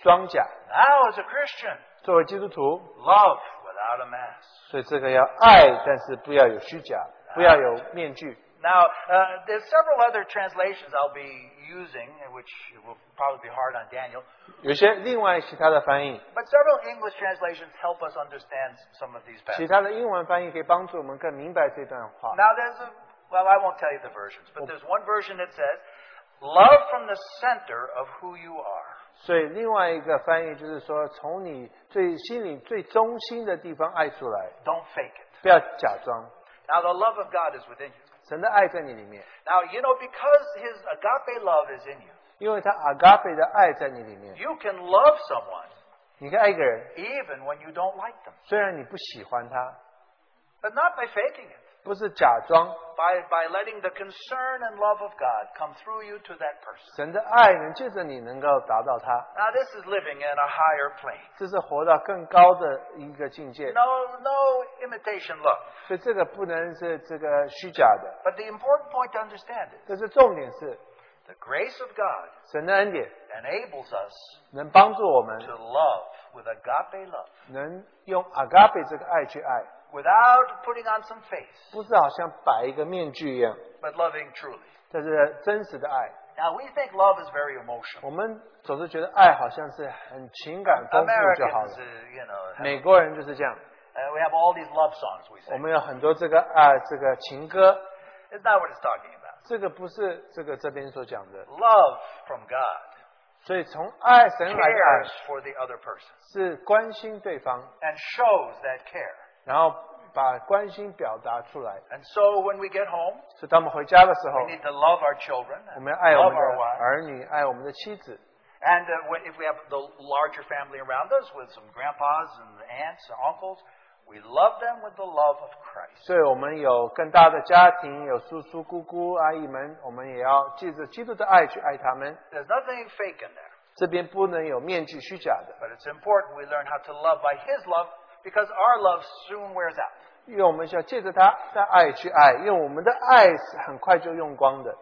B: 装假。
A: Now, as a Christian,
B: 作为基督徒，
A: love without a mask.
B: 所以这个要爱，但是不要有虚假，不要有面具。
A: Now, uh, there's several other translations I'll be using, which will probably be hard on Daniel,
B: 有些另外其他的翻译，
A: but several English translations help us understand some of these
B: 其
A: passages.
B: 他的英文翻译可以帮助我们更明白这段话。
A: Now there's a well, I won't tell you the versions, but there's one version that says, "Love from the center of who you are."
B: 所以另外一个翻译就是说，从你最心里最中心的地方爱出来，
A: Don't fake it.
B: 不要假装。
A: Now the love of God is within you.
B: 神的爱在你里面，
A: Now you know because His agape love is in you,
B: 因为他 agape 的爱在你里面。
A: you can love someone
B: 你可以爱一个人，
A: even when you don't like them,
B: 虽然你不喜欢他，
A: but not by faking it.
B: 不是假装，
A: By by letting the concern and love of God come through you to that person.
B: 神的爱能借着你能够达到他，
A: Now this is living in a higher plane.
B: 这是活到更高的一个境界。
A: No no imitation love.
B: 所以这个不能是这个虚假的，
A: But the important point to understand is
B: 但是重点是
A: the grace of God
B: 神的恩典
A: enables us
B: 能帮助我们
A: to love with agape love
B: 能用 agape 这个爱去爱，
A: without putting on some face,
B: 不是好像摆一个面具一样，
A: but loving truly.
B: 这是真实的爱。
A: Now we think love is very
B: 我
A: emotional.
B: 们总是觉得爱好像是很情感丰富就好
A: Americans,
B: 了。
A: uh, you know, have,
B: 美国人就是这样，
A: uh, we have all these love songs we
B: 我
A: sing.
B: 们有很多这个啊、这个情歌，
A: It's not what it's talking about.
B: 这个不是这个这边所讲的。
A: Love from God
B: 所以从爱神来的爱
A: cares for the other person
B: 是关心对方，
A: and shows that care.
B: 然后把关心表达出来。
A: And so when we get home,
B: 所以当我们回家的时候，
A: we need to love our children and
B: 我们要爱我
A: love
B: 们
A: our
B: 的
A: wives.
B: 儿女，爱我们的妻子。
A: And uh, when, if we have the larger family around us with some grandpas and aunts and uncles, we love them with the love of Christ.
B: 所以我们有更大的家庭，有叔叔、姑姑、阿姨们，我们也要借着基督的爱去爱他们。
A: There's nothing fake in there,
B: 这边不能有面具虚假的，
A: but it's important we learn how to love by His love because our love soon wears out.
B: 因为我们需要借着他的爱去爱，因为我们的爱是很快就用光的。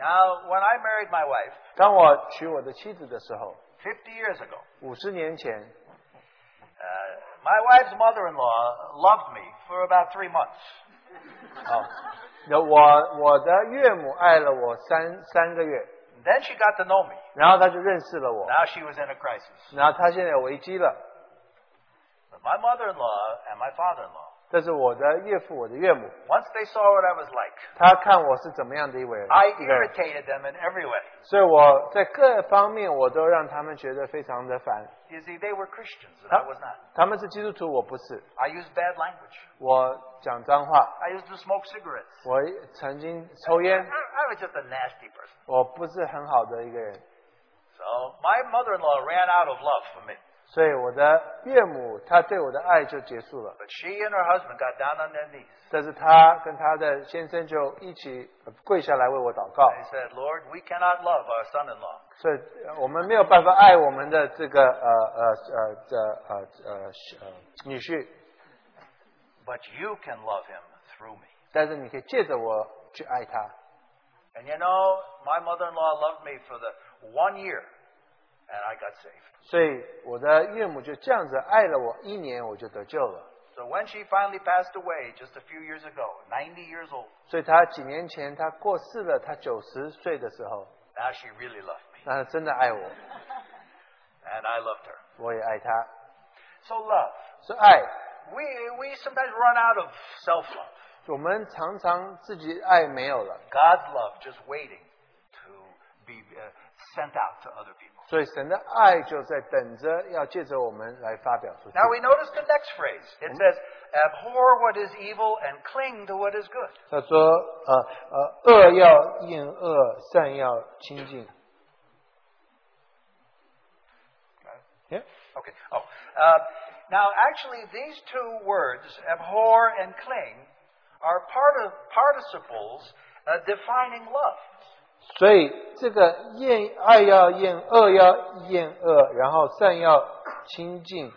A: Now, when I married my wife
B: 当我娶我的妻子的时候，
A: 50 years ago,
B: 五十年前，
A: uh, my wife's mother in law loved me for about three months.
B: 哦，那我我的岳母爱了我三三个月，
A: Then she got to know me.
B: 然后她就认识了我，
A: Now she was in a crisis.
B: 然后她现在有危机了。
A: But my mother-in-law and my father-in-law,
B: 这是我的岳父，我的岳母，
A: once they saw what I was like,
B: 他看我是怎么样的一位人，
A: I
B: 一个人，
A: irritated them in every way.
B: 所以我在各方面我都让他们觉得非常的烦。
A: You see, they were Christians and I
B: Huh?
A: was not.
B: 他们是基督徒，我不是，
A: I used bad language.
B: 我讲脏话，
A: I used to smoke cigarettes.
B: 我曾经抽
A: I,
B: 烟，
A: I was just a nasty person.
B: 我不是很好的一个人，
A: So my mother-in-law ran out of love for me.
B: 所以我的岳母她对我的爱就结束了。
A: But she and her husband got down on their knees.
B: 但是她跟她的先生就一起呃跪下来为我祷告，
A: They said, Lord, we cannot love our son-in-law.
B: 所以呃我们没有办法爱我们的这个呃呃呃这呃呃呃女婿，
A: But you can love him through me.
B: 但是你可以借着我去爱他。
A: And you know, my mother-in-law loved me for the one year, and I got saved.
B: 所以我的岳母就这样子爱了我一年，我就得救了。
A: So when she finally passed away just a few years ago, 90 years old,
B: 所以她几年前她过世了，她九十岁的时候，
A: now she really loved me,
B: 那她真的爱我，
A: and I loved her.
B: 我也爱她。
A: So love.
B: 所以爱，
A: We, we sometimes run out of self-love.
B: 我们常常自己爱没有了，
A: God's love just waiting to be uh, sent out to other people.
B: 所以神的爱就在等着要借着我们来发表出去
A: Now。we notice the next phrase. It says, abhor what is evil and cling to what is good.
B: 他说：呃呃，恶要厌恶，善要亲近。Yeah.
A: Okay. Oh. Uh, now, actually, these two words, abhor and cling, are part of participles uh, defining love.
B: 所以这个厌爱要厌恶要厌恶，然后善要亲近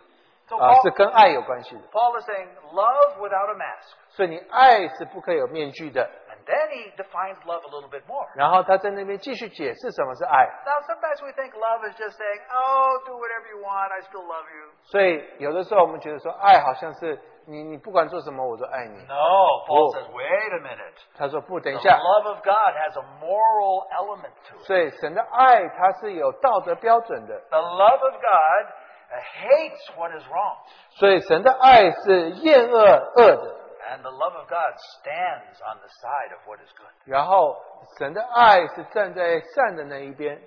A: So
B: 啊、
A: Paul,
B: 是跟爱有关系的。
A: Paul is saying love without a mask.
B: 所以你爱是不可以有面具的。
A: And then he defines love a little bit more.
B: 然后他在那边继续解释什么是爱。
A: Now, sometimes we think love is just saying, oh, do whatever you want, I still love you.
B: 所以有的时候我们觉得说，爱好像是你你不管做什么我都爱你。
A: No, Paul
B: Oh.
A: says, wait a minute.
B: 他说不，等一
A: The
B: 下。
A: love of God has a moral element to it.
B: 所以神的爱它是有道德标准的，
A: The love of God uh, hates what is wrong.
B: 所以神的爱是厌恶恶的，
A: And the love of God stands on the side of what is good.
B: 然后神的爱是站在善的那一边。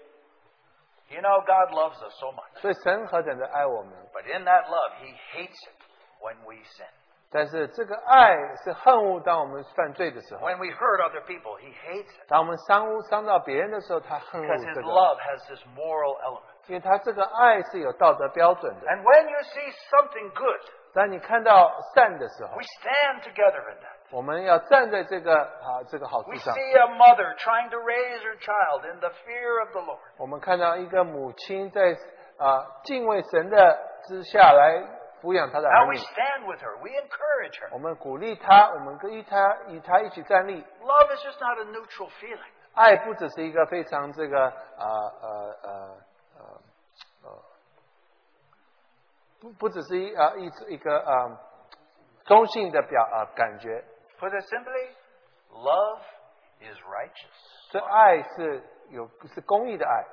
A: You know, God loves us so much.
B: 所以神何等的爱我们，
A: But in that love, He hates it when we sin.
B: 但是这个爱是恨恶。当我们犯罪的时候，
A: When we hurt other people, He hates it.
B: 当我们伤污伤到别人的时候，他恨恶
A: Because His
B: 这个，
A: love has this moral element.
B: 因为他这个爱是有道德标准的。
A: And when you see something good,
B: 当你看到善的时候
A: we，stand together in that.
B: 我们要站在这个啊这个好处
A: We
B: 上。
A: see a mother trying to raise her child in the fear of the Lord.
B: 我们看到一个母亲在啊、敬畏神的之下来抚养她的
A: Now
B: 儿
A: we
B: 女，
A: stand with her. We encourage her.
B: 我们鼓励她，我们跟与她与她一起站立。
A: Love is just not a neutral feeling.
B: 爱不只是一个非常这个啊呃呃呃呃，不不只是一啊、一一个啊、中性的表啊、感觉，
A: Put it simply, love is righteous.
B: 所以爱是有是公益的爱，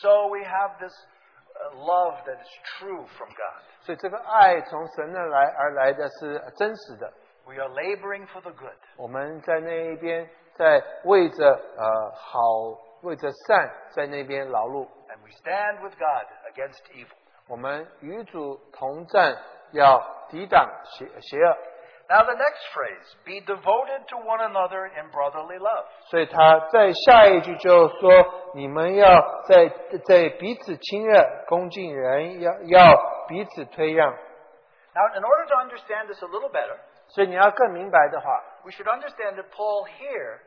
A: So we have this uh, love that is true from God.
B: 所以这个爱从神那来而来的是真实的。
A: We are laboring for the good.
B: 我们在那一边在为着呃好，为着善，在那边劳碌。
A: And we stand with God against evil.
B: 我们与主同战，要抵挡邪邪恶。
A: Now, the next phrase be devoted to one another in brotherly love.
B: 所以他在下一句就说：你们要在在彼此亲热，恭敬人，要要彼此推让。
A: Now, in order to understand this a little better,
B: 所以你要更明白的话，
A: we should understand that Paul here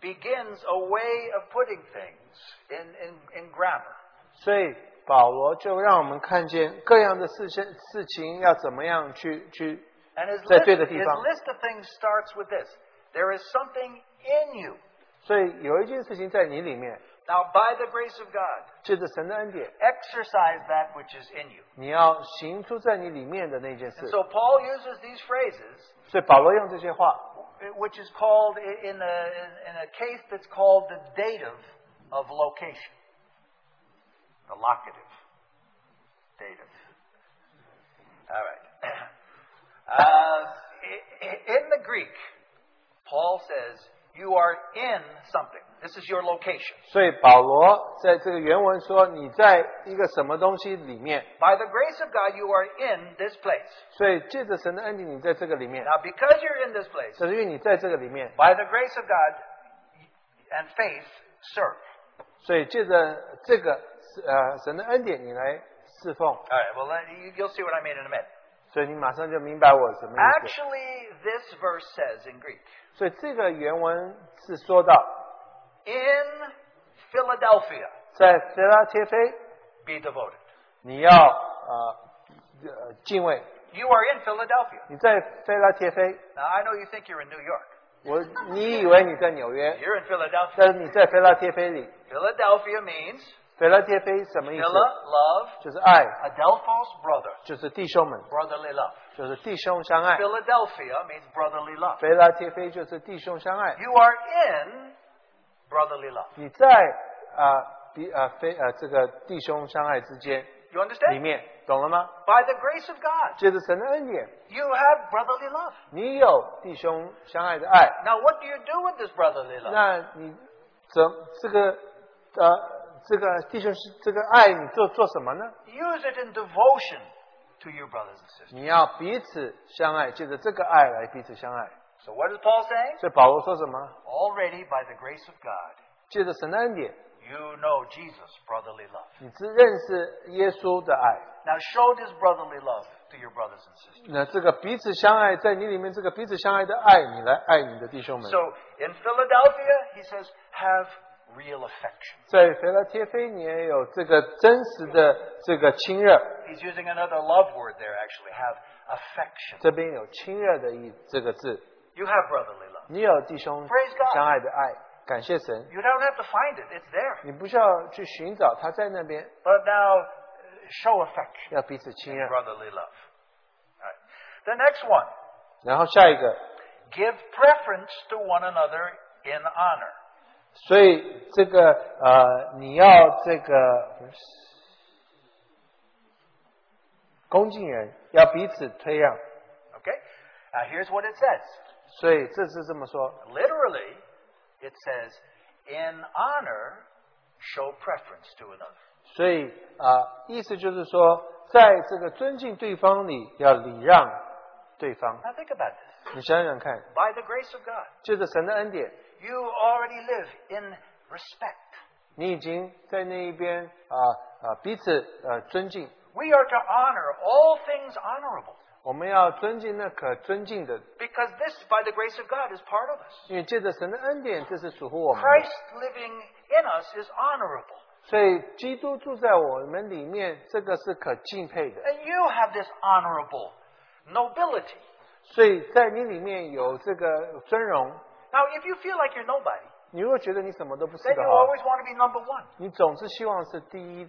A: begins a way of putting things in, in, in grammar.
B: 所以保罗就让我们看见各样的事情事情要怎么样去去
A: And his
B: Say
A: list,
B: to the
A: his
B: people.
A: list of things starts with this there is something in you.
B: 所以有一件事情在你里面，
A: Now, by the grace of God,
B: 借着神的恩典，
A: exercise that which is in you.
B: 你要行出在你里面的那件
A: And
B: 事。
A: so Paul uses these phrases eh,
B: 所以保罗用这些话，
A: which is called i- in a, in a case that's called the dative of location. The locative. Dative. All right. Uh, i- i- in the Greek, Paul says, you are in something. This is your location.
B: 所以保罗在这个原文说你在一个什么东西里面，
A: By the grace of God, you are in this place.
B: 所以借着神的恩典，你在这个里面，
A: Now, because you're in this place,
B: 只是因为你在这个里面，
A: by the grace of God and faith, serve.
B: 所以借着这个呃神的恩典，你来侍奉，
A: All right, well, then you- you'll see what I mean in a minute.
B: 所以你马上就明白我什么意思。
A: Actually, this verse says in Greek,
B: 所以这个原文是说到
A: in Philadelphia,
B: 在菲拉切菲，
A: be devoted.
B: 你要呃呃敬畏，
A: You are in Philadelphia.
B: 你在菲拉切菲，
A: Now, I know you think you're in New York.
B: 我你以为你在纽约，
A: You're in Philadelphia.
B: 但是你在菲拉切菲里，
A: Philadelphia means
B: 菲拉切菲什么意
A: Phila,
B: 思？
A: love,
B: 就是爱，
A: Adelphos, brother,
B: 就是弟兄们，
A: brotherly love.
B: 就是弟兄相爱。
A: Philadelphia means brotherly love.
B: 菲拉切菲就是弟兄相爱。
A: You are in brotherly love.
B: 你在啊比啊非啊这个弟兄相爱之间
A: You
B: 里
A: understand?
B: 面，懂了吗？
A: By the grace of God,
B: 借着神的恩典，
A: you have brotherly love.
B: 你有弟兄相爱的爱，
A: Now, what do you do with this brotherly love?
B: 那你怎这个呃这个弟兄是这个爱你做做什么呢？
A: Use it in devotion to your brothers and sisters.
B: 你要彼此相爱，借着这个爱来彼此相爱。
A: So, what is Paul saying?
B: 所以保罗说什么？
A: Already, by the grace of God,
B: 借着神的恩典，
A: you know Jesus' brotherly love.
B: 你只认识耶稣的爱。
A: Now, show this brotherly love to your brothers and sisters.
B: 那这个彼此相爱，在你里面这个彼此相爱的爱，你来爱你的弟兄们。
A: So, in Philadelphia, he says, have real affection.
B: 在腓拉贴菲，你也有这个真实的这个亲热，
A: He's using another love word there, actually. Have affection.
B: 这边有亲热的意这个字，
A: You have brotherly love.
B: 你有弟兄
A: Praise God
B: 相爱的爱，感谢神，
A: You don't have to find it, it's there.
B: 你不需要去寻找，他在那边
A: But now, uh, show affection,
B: 要彼此亲热。
A: brotherly love. All right. The next one
B: 然后下一个，
A: give preference to one another in honor.
B: 所以这个呃，你要这个恭敬人，要彼此推让，
A: Okay? Now, here's what it says.
B: 所以这是这么说，
A: Literally, it says, in honor, show preference to another.
B: 所以啊、呃意思就是说，在这个尊敬对方里要礼让对方。
A: Now, think about this.
B: 你想想看，
A: By the grace of God,
B: 借着神的恩典，
A: you already live in respect.
B: 你已经在那一边啊啊、彼此呃尊敬。
A: We are to honor all things honorable
B: 我们要尊敬那可尊敬的，
A: because this, by the grace of God, is part of us.
B: 因为借着神的恩典，这是属乎我们的。
A: Christ living in us is honorable.
B: 所以基督住在我们里面，这个是可敬佩的。
A: And you have this honorable nobility.
B: 所以在你里面有这个尊荣。
A: Now, if you feel like you're nobody,
B: 你如果觉得你什么都不是
A: then
B: 的
A: you
B: 话，
A: always want to be number one.
B: 你总是希望是第一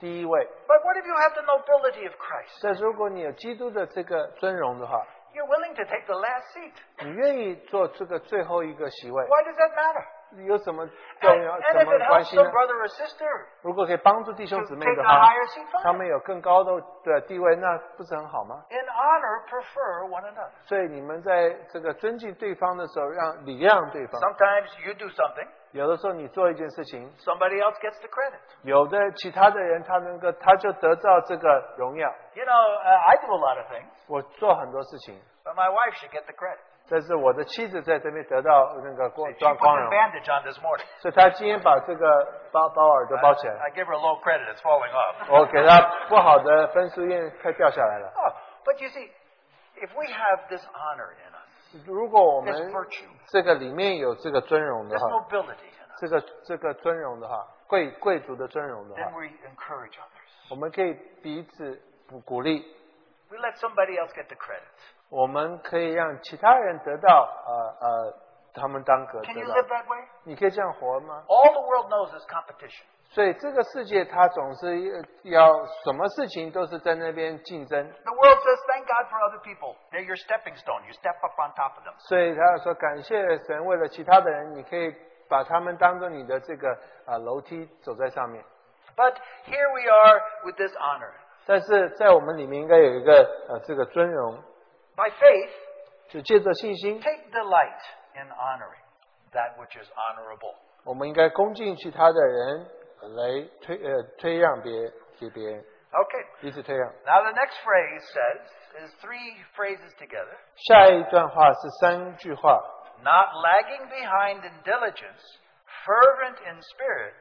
B: 第一位。
A: But what if you have the nobility of Christ?
B: 但如果你有基督的这个尊荣的话，
A: You're willing to take the last seat.
B: 你愿意做这个最后一个席位，
A: Why does that matter?
B: 有什么
A: And,
B: 重要
A: and
B: 什
A: if it
B: 么关
A: helps
B: 系呢
A: some？brother or sister
B: 如果可以帮助弟
A: to
B: 兄姊妹
A: take
B: 的
A: a
B: 话，
A: higher seat,
B: 他
A: fine.
B: 们有更高的的地位，那不是很好吗？
A: In honor, prefer one another.
B: 所以你们在这个尊敬对方的时候，让礼让对方。
A: Sometimes you do something,
B: 有的时候你做一件事情，
A: somebody else gets the credit.
B: 有的其他的人他能够他就得到这个荣耀。
A: You know, uh, I do a lot of things,
B: 我做很多事情，
A: but my wife should get the credit.
B: 但是我的妻子在这边得到那个
A: She
B: 光
A: put
B: 光光
A: the
B: 荣，
A: bandage on this morning.
B: 所以他今天把这个包包耳朵包起来。
A: I give her low credit. It's falling off.
B: 我给他不好的分数，因为快掉下来了。
A: Oh, but you see, if we have this honor in us,
B: 如果我们
A: this virtue,
B: 这个里面有这个尊荣的
A: this
B: 话，
A: nobility in us,
B: 这个这个尊荣的话，贵贵族的尊荣的
A: then
B: 话，
A: we encourage others.
B: 我们可以彼此鼓鼓励，
A: We let somebody else get the credit.
B: 我们可以让其他人得到呃呃他们当隔
A: Can
B: 着
A: you live
B: 了。
A: that way?
B: 你可以这样活吗？
A: All the world knows is competition.
B: 所以这个世界它总是要什么事情都是在那边竞争，
A: The world says, thank God for other people. They're your stepping stone. You step up on top of them.
B: 所以他说感谢神，为了其他的人，你可以把他们当做你的这个啊、呃楼梯走在上面。
A: But here we are with this honor.
B: 但是在我们里面应该有一个呃这个尊荣，
A: By faith,
B: 就借着信心，
A: take delight in honoring that which is honorable.
B: 我们应该恭敬其他的人来推呃推让别给别人，
A: Okay.
B: 彼此推让。
A: Now the next phrase says, is three phrases together.
B: 下一段话是三句话，
A: Not lagging behind in diligence, fervent in spirit,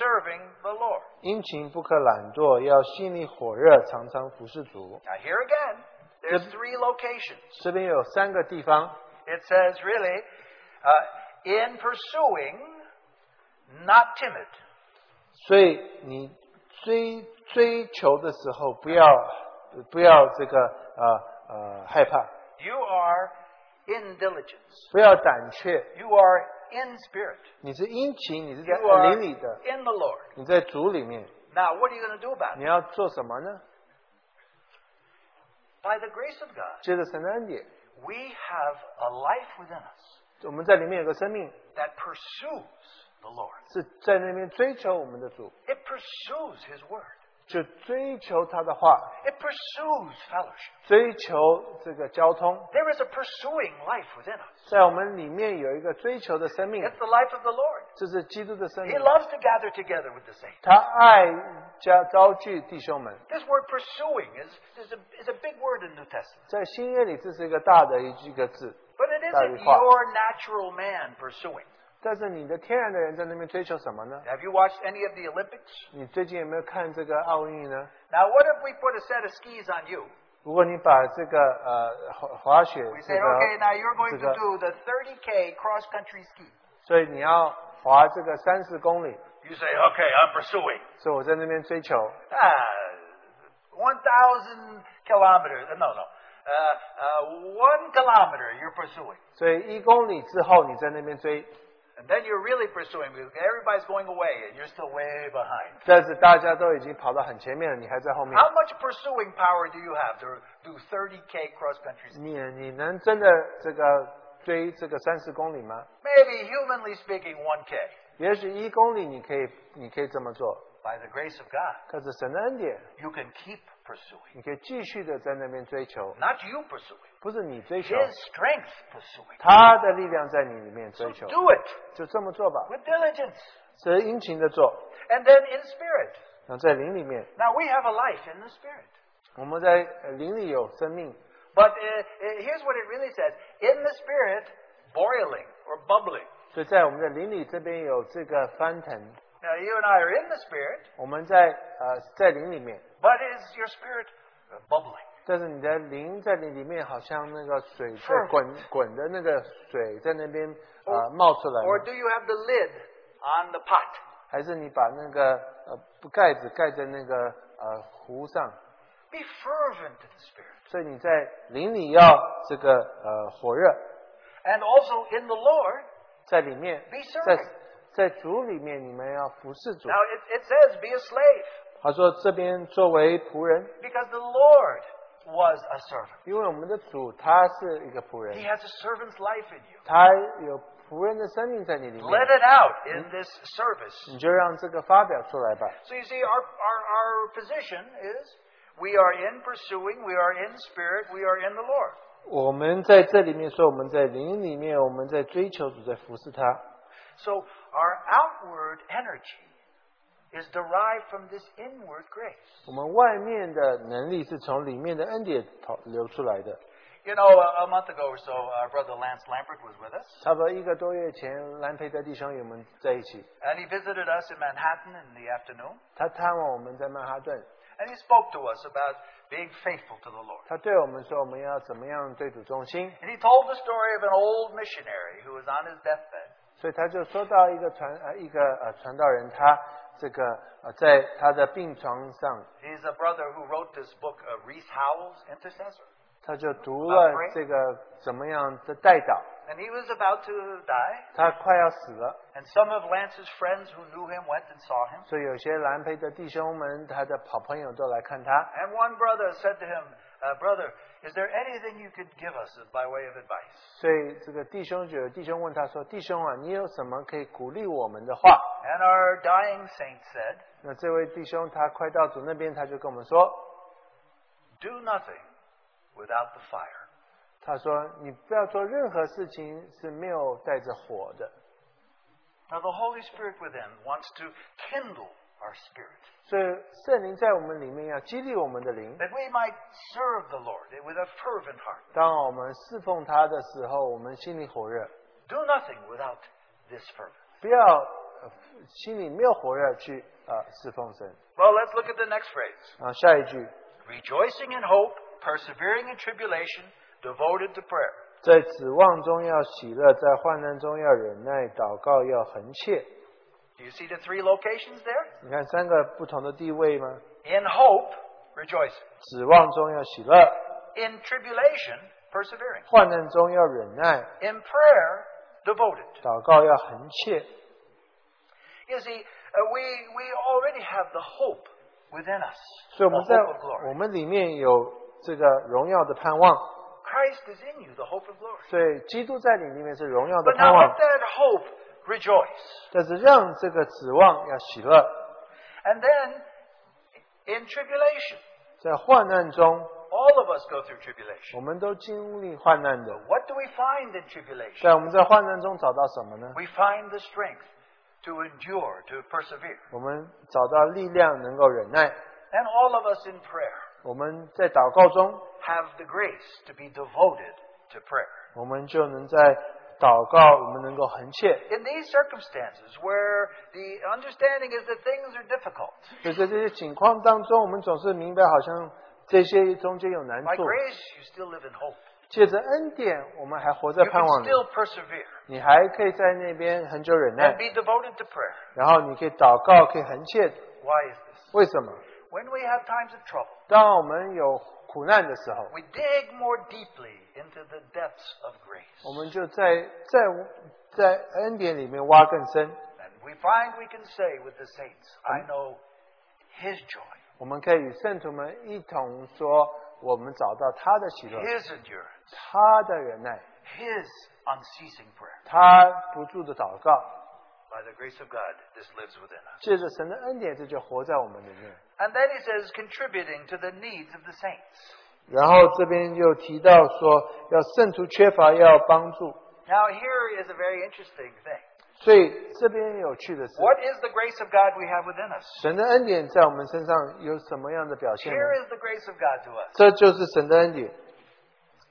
A: serving the Lord.
B: 殷勤不可懒惰，要心里火热，常常服侍主。
A: Now here again, there's three locations.
B: 这边有三个地方，
A: It says really, uh, in pursuing, not timid.
B: 所以你追追求的时候，不要不要这个呃呃害怕，
A: You are in diligence.
B: 不要胆怯，
A: You are in spirit.
B: 你是殷勤，你是
A: You
B: 在
A: are
B: 灵里的，
A: in the Lord.
B: 你在主里面，
A: Now, what are you going to do about
B: 你
A: it?
B: 要做什么呢？
A: By the grace of God,
B: 接着神的恩典，
A: we have a life within us
B: 我们在里面有个生命，
A: that pursues the Lord.
B: 是在那边追求我们的主，
A: It pursues His Word.
B: 就追求他的话，
A: It pursues fellowship.
B: 追求这个交通，
A: There is a pursuing life within us.
B: 在我们里面有一个追求的生命，
A: It's the life of the Lord.
B: 这是基督的生
A: He
B: 命。
A: loves to gather together with the saints.
B: 他爱加招聚弟兄们，
A: This word pursuing is, is, a, is a big word in the New Testament.
B: 在新约里这是一个大的一一个字，
A: But it isn't
B: 大于化。
A: your natural man pursuing.
B: 但是你的天然的人在那边追求什么呢？
A: Have you watched any of the Olympics?
B: 你最近有没有看这个奥运呢？
A: Now, what if we put a set of skis on you?
B: 如果你把这个呃滑滑雪
A: We
B: 这
A: said, okay,
B: 个，
A: now you're going to
B: Is that-
A: do the 30K cross country ski.
B: 所以你要滑这个三十公里，
A: You say, okay, I'm pursuing.
B: 所以我在那边追求
A: Ah, 1,000 kilometers. No, no. Uh, uh, one kilometer you're pursuing.
B: 所以一公里之后你在那边追，
A: And then you're really pursuing because everybody's going away and you're still way behind.
B: 但是大家都已经跑到很前面了，你还在后面。
A: How much pursuing power do you have to do 30K cross country ski?
B: 你你能真的这个追这个三十公里吗？
A: Maybe, humanly speaking, 1K.
B: 也许一公里你可以你可以这么做，
A: By the grace of God,
B: 可是神的恩典，
A: you can keep pursuing.
B: 你可以继续的在那边追求，
A: Not you pursuing,
B: 不是你追求，
A: His strength pursuing.
B: 他的力量在你里面
A: So
B: 追求，
A: do it
B: 就这么做吧，
A: with diligence
B: 是殷勤的做。
A: and then in spirit.
B: 然后在灵里面，
A: Now we have a life in the spirit.
B: 我们在呃灵里有生命，
A: But uh, uh, here's what it really says in the spirit, boiling or bubbling.
B: 所以在我们的灵里这边有这个翻腾。
A: Now you and I are in the spirit,
B: 我们在呃在灵里面，
A: but is your spirit uh, bubbling?
B: 但是你的灵在你里面好像那个水在
A: 是
B: 滚滚的那个水在那边
A: 哦
B: 呃冒出来了，
A: Or do you have the lid on the pot?
B: 还是你把那个呃不盖子盖在那个呃壶上？
A: Be fervent in the spirit.
B: 所以你在灵里要这个呃火热，
A: And also in the Lord,
B: 在里面
A: be
B: 在
A: serving.
B: 在主里面你们要服侍主。
A: Now it, it says, be a slave,
B: 他说这边作为仆人，
A: because the Lord was a servant.
B: 因为我们的主他是一个仆
A: He
B: 人，
A: has a servant's life in you.
B: 他有仆人的生命在你里
A: Let
B: 面，
A: it out in this service.
B: 你就让这个发表出来吧。
A: So you see, our, our, our position is we are in pursuing, we are in spirit, we are in the Lord.
B: 我们在这里面说，我们在灵里面，我们在追求主，在服侍他。
A: So our outward energy is derived from this inward grace.
B: 我们外面的能力是从里面的恩典跑流出来的。
A: You know, a, a month ago or so, our brother Lance Lampert was with us,
B: 差不多一个多月前，兰培德弟兄与我们在一起，
A: and he visited us in Manhattan in the afternoon,
B: 他探望我们在曼哈顿，
A: and he spoke to us about being faithful to the Lord.
B: 他对我们说我们要怎么样对主忠心，
A: And he told the story of an old missionary who was on his deathbed.
B: 所以他就说到一个传呃一个呃传道人，他这个呃在他的病床上，
A: He's a brother who wrote this book, uh, Reese Howell's Intercessor.
B: 他就读了这个怎么样的代祷，
A: and he was about to die.
B: 他快要死了，
A: And some of Lance's friends who knew him went and saw him.
B: 所以有些蓝培的弟兄们，他的好朋友都来看他。
A: And one brother said to him, uh, Brother, is there anything you could give us by way of advice?
B: 所以这个弟兄就有弟兄问他说：“弟兄啊，你有什么可以鼓励我们的话
A: And our dying saint said,？”
B: 那这位弟兄他快到主那边，他就跟我们说
A: Do nothing without the fire.：“
B: 他说你不要做任何事情是没有带着火的。
A: Now, the Holy Spirit within wants to kindle our spirit
B: 所以圣灵在我们里面要激励我们的灵。
A: that we might serve the Lord with a fervent heart.
B: 当我们侍奉他的时候，我们心里火热，
A: Do nothing without this fervor.
B: 不要、呃心里没有火热去呃侍奉神。
A: Well, let's look at the next phrase
B: 然后下一句，
A: rejoicing in hope, persevering in tribulation, devoted to prayer.
B: 在指望中要喜乐，在患难中要忍耐，祷告要恒切。
A: Do you see the three locations there?
B: 你看三个不同的地位吗？
A: In hope, rejoicing.
B: 指望中要喜乐，
A: In tribulation, persevering.
B: 患难中要忍耐，
A: In prayer, devoted.
B: 祷告要恒切。
A: You see, uh, we, we already have the hope within us.
B: 所
A: The
B: 以我们在
A: hope of glory.
B: 我们里面有这个荣耀的盼望，
A: Christ is in you, the hope of glory.
B: 所以基督在你里面是荣耀的
A: But
B: 盼
A: now let
B: 望，
A: that hope rejoice.
B: 但是让这个指望要喜乐，
A: And then, in tribulation,
B: 在患难中
A: all of us go through
B: 我
A: tribulation.
B: 们都经历患难的，
A: What do we find in tribulation?
B: 在我们在患难中找到什么呢？
A: We find the strength to endure, to persevere.
B: 我们找到力量能够忍耐，
A: And all of us in prayer
B: 我们在祷告中，
A: have the grace to be devoted to prayer.
B: 我们就能在祷告，我们能够恒切。
A: In these circumstances where the understanding is that things are difficult,
B: 所以在这些情况当中，我们总是明白，好像这些中间有难
A: by
B: 处。
A: grace you still live in hope.
B: 借着恩典，我们还活在
A: You
B: 盼
A: can
B: 望里，
A: still persevere
B: 你还可以在那边很久忍
A: and
B: 耐，
A: be devoted to prayer.
B: 然后你可以祷告，可以恒切。
A: Why is this?
B: 为什么？
A: When we have times of trouble,
B: 当我们有苦难的时候，
A: we dig more deeply into the depths of grace.
B: 我们就在在在恩典里面挖更深，
A: And we find we can say with the saints, I know his joy,
B: 我们可以与圣徒们一同说，我们找到他的喜乐，
A: his endurance,
B: 他的忍耐，
A: his unceasing prayer.
B: 他不住的祷告，
A: By the grace of God, this lives within us.
B: 借着神的恩典，这就活在我们里面。
A: And then he says, contributing to the needs of the saints.
B: 然后这边又提到说，要圣徒缺乏要帮助，
A: Now, here is a very interesting thing.
B: 所以这边有趣的是，
A: What is the grace of God we have within us?
B: 神的恩典在我们身上有什么样的表现呢？
A: Here is the grace of God to us.
B: 这就是神的恩典，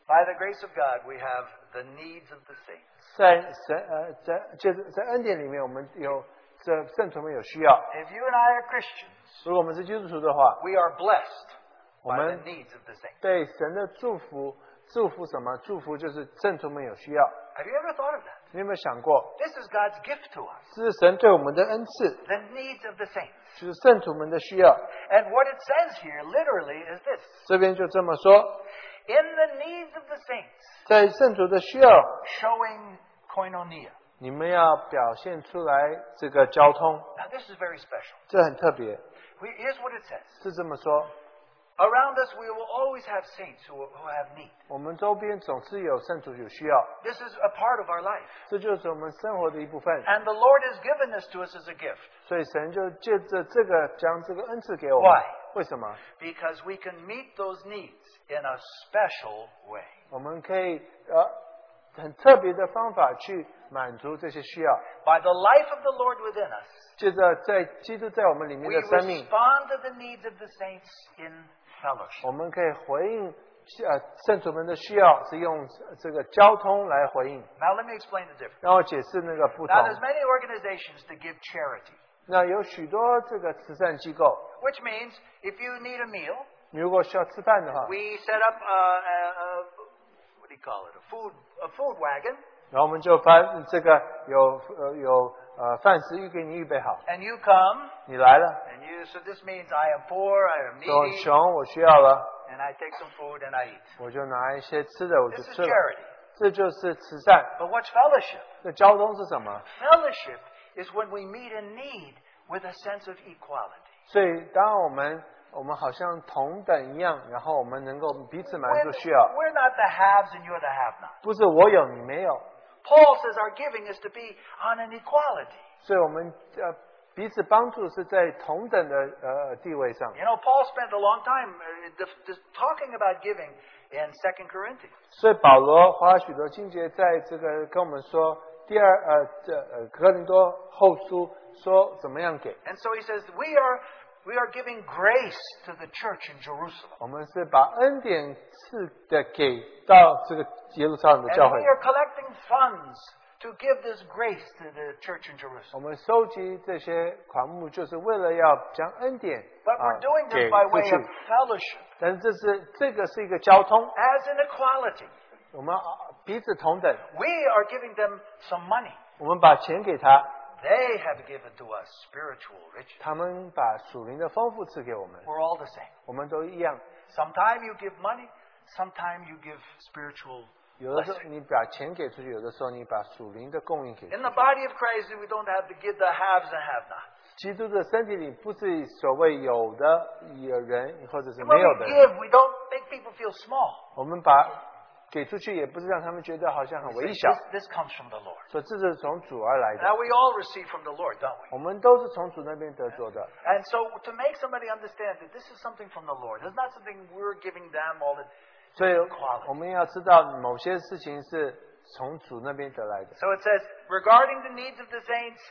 A: By the grace of God, we have the needs of the saints.
B: 在神呃在就是在恩典里面，我们有这圣徒们有需要。
A: If you and I are Christians,
B: 如果我们是基督徒的话，
A: we are blessed by the
B: Amen.
A: needs of the saints.
B: 对神的祝福，祝福什么？祝福就是圣徒们有需要。
A: Have you ever thought of that?
B: 你有没有想过，
A: This is God's gift to us,
B: 这是神对我们的恩赐，
A: the needs of the saints.
B: 就是圣徒们的需要。
A: And what it says here literally is this
B: 这边就这么说，
A: In the needs of the saints,
B: 在圣徒的需要
A: showing koinonia.
B: 你们要表现出来这个交通，
A: Now, this is very special.
B: 这很特别，
A: We- Here's what it says
B: 是这么说。
A: Around us, we will always have saints who, who have need.
B: 我们周边总是有圣徒有需要，
A: This is a part of our life.
B: 这就是我们生活的一部分。
A: And the Lord has given this to us as a gift
B: 所以神就借着这个将这个恩赐给我们
A: Why？。
B: 为什么？
A: because we can meet those needs in a special way.
B: 我们可以呃很特别的方法去满足这些需要，
A: By the life of the Lord within us,
B: 借着在基督在我们里面
A: we
B: 的生命，
A: respond to the needs of the saints in fellowship.
B: 我们可以回应呃圣徒们的需要，是用这个交通来回应。
A: Now, let me explain the difference.
B: 让我解释那个不同
A: Now,。there's many organizations that give charity,
B: 那有许多这个慈善机构，
A: which means if you need a meal,
B: 你如果需要吃饭的话，
A: we set up a, a, a what do you call it? A food a food wagon,
B: 然后我们就发这个有呃有呃饭食预给你预备好，
A: and you come,
B: 你来了，
A: and you. So this means I am poor, I am
B: 说我
A: needy,
B: 穷，我需要了，
A: and I take some food and I eat.
B: 我就拿一些吃的我就
A: This is
B: 吃了，
A: charity.
B: 这这就是慈善。
A: But what's fellowship?
B: 那交通是什么？
A: Fellowship is when we meet in need with a sense of equality.
B: 所以当我们我们好像同等一样，然后我们能够彼此满
A: We're,
B: 足需要，
A: we're not the haves and you're the have-nots.
B: 不是我有你没有，
A: Paul says our giving is to be on an equality.
B: 所以我们呃彼此帮助是在同等的呃地位上。
A: You know, Paul spent a long time uh, def- just talking about giving in 2 Corinthians.
B: 所以保罗花许多情节在这个跟我们说，第二呃这呃哥林多后书说怎么样给，
A: And so he says, we are, we are giving grace to the church in Jerusalem.
B: 我们是把恩典赐的给到这个耶路撒冷的
A: And
B: 教会
A: we，are collecting funds to give this grace to the church in
B: 我
A: Jerusalem.
B: 们收集这些款目就是为了要将恩典
A: But
B: 啊
A: we're doing
B: 给
A: this by
B: 出
A: way of
B: 去，
A: fellowship,
B: 但是这是这个是一个交通，
A: as an equality.
B: 我们啊彼此同等，
A: We are giving them some money.
B: 我们把钱给他，
A: They have given to us spiritual riches.
B: 他们把属灵的丰富赐给我们，
A: We're all the same.
B: 我们都一样。
A: Sometime you give money, sometime you give spiritual
B: 有的时
A: blessing.
B: 候你把钱给出去，有的时候你把属灵的供应给出去
A: In the body of Christ, we don't have to give the haves and have-nots.
B: 基督的身体里不是所谓有的有人或者是
A: And
B: 没
A: when
B: 有
A: we
B: 的人，
A: give, we don't make people feel small.
B: 我们把给出去也不是让他们觉得好像很
A: We
B: 微
A: say,
B: 小，
A: This, this comes from the Lord.
B: 说这是从主而来的，
A: Now we all receive from the Lord, don't we?
B: 我们都是从主那边得着的。
A: And so to make somebody understand that this is something from the Lord, it's not something we're giving them all the
B: 所以
A: equality.
B: 我们要知道某些事情是从主那边得来的，
A: So it says, regarding the needs of the saints,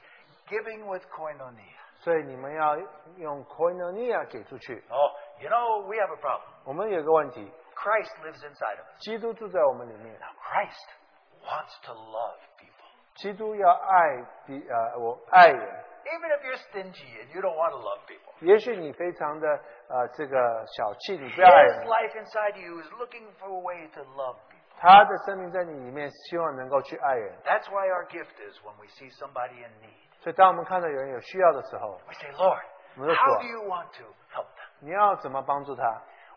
A: giving with koinonia.
B: 所以你们要用 koinonia 给出去。
A: Oh, you know, we have a problem.
B: 我们有个问题，
A: Christ lives inside of us.
B: 基督住在我们里面，
A: Now Christ wants to love people.
B: 基督要爱比呃我爱人。
A: Even if you're stingy and you don't want to love people.
B: 也许你非常的呃这个小气，你不要爱
A: His
B: 人。
A: life inside you is looking for a way to love people.
B: 他的生命在你里面，希望能够去爱人。
A: That's why our gift is when we see somebody in need.
B: 所以，当我们看到有人有需要的时候，
A: We say, Lord,
B: Yes,
A: how
B: Lord.
A: do you want to help them?
B: 你要怎么帮助他？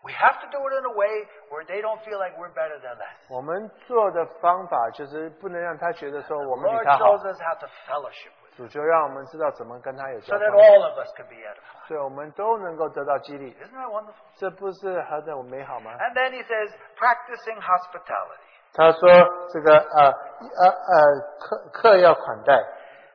A: We have to do it in a way where they don't feel like we're better than us.
B: 我们做的方法就是不能让他觉得说
A: The
B: 我们
A: Lord
B: 比他好
A: shows。us how to fellowship with
B: 主就让我们知道怎么跟他有
A: so
B: 交
A: that
B: 通，
A: all of us can be edified.
B: 所以我们都能够得到激励。
A: Isn't that wonderful?
B: 这不是何等美好吗？
A: And then he says, practicing hospitality.
B: 他说这个呃呃呃客客要款待，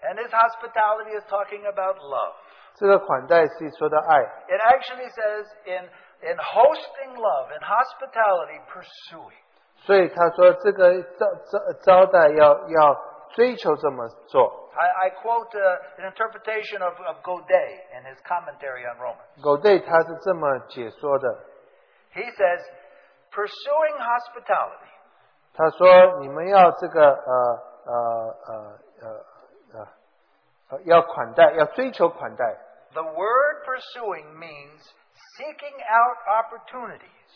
A: And this hospitality is talking about love.
B: 这个款待是说的爱，
A: It actually says in in hosting love, in hospitality, pursuing.
B: 所以他说这个招招招待要要追求这么做。
A: I, I quote uh, an interpretation of, of Godet in his commentary on Romans.
B: 狗队他是这么解说的，
A: He says, pursuing hospitality
B: 他说你们要这个呃呃呃呃呃呃要款待，要追求款待。
A: The word pursuing means seeking out opportunities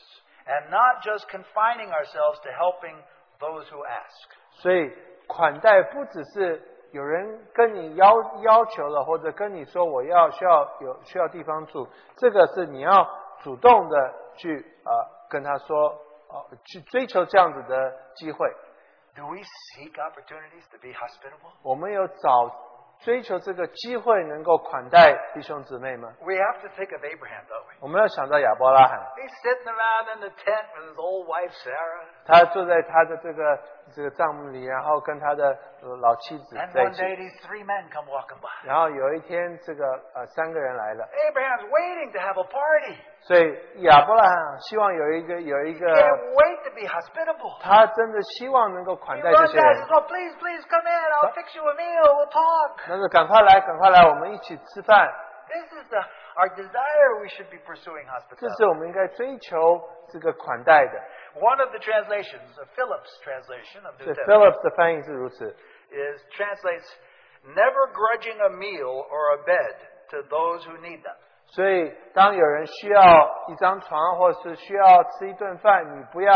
A: and not just confining ourselves to helping those who ask.
B: 所以款待不只是有人跟你要要求了，或者跟你说我要需要有需要地方住，这个是你要主动的去呃跟他说呃去追求这样子的机会。
A: Do we seek opportunities to be hospitable?
B: 我们有找追求这个机会能够款待弟兄姊妹吗？
A: We have to think of Abraham, don't we?
B: 我们要想到亚伯拉罕。
A: He's sitting around in the tent with his old wife Sarah,
B: 他坐在他的这个这个帐幕里，然后跟他的呃老妻子
A: and
B: 在一
A: one
B: 起。
A: day these three men come walking by.
B: 然后有一天，这个呃三个人来了，
A: Abraham's waiting to have a party.
B: 所以亚伯拉罕希望有一个有一
A: He can't
B: 个，
A: wait to be hospitable.
B: 他真的希望能够
A: He
B: 款待这
A: runs
B: 些
A: out. He
B: 人
A: says, "Oh, please, please come in. I'll fix you a meal. We'll talk."
B: 那就赶快来，赶快来，我们一起吃饭。
A: This is the, our desire we should be pursuing
B: 这是
A: hospitality.
B: 我们应该追求这个款待的。
A: One of the translations, of Philip's translation of
B: 所以
A: New Testament,
B: Philip 的翻译是如此，
A: is translates never grudging a meal or a bed to those who need them.
B: 所以当有人需要一张床，或是需要吃一顿饭，你不要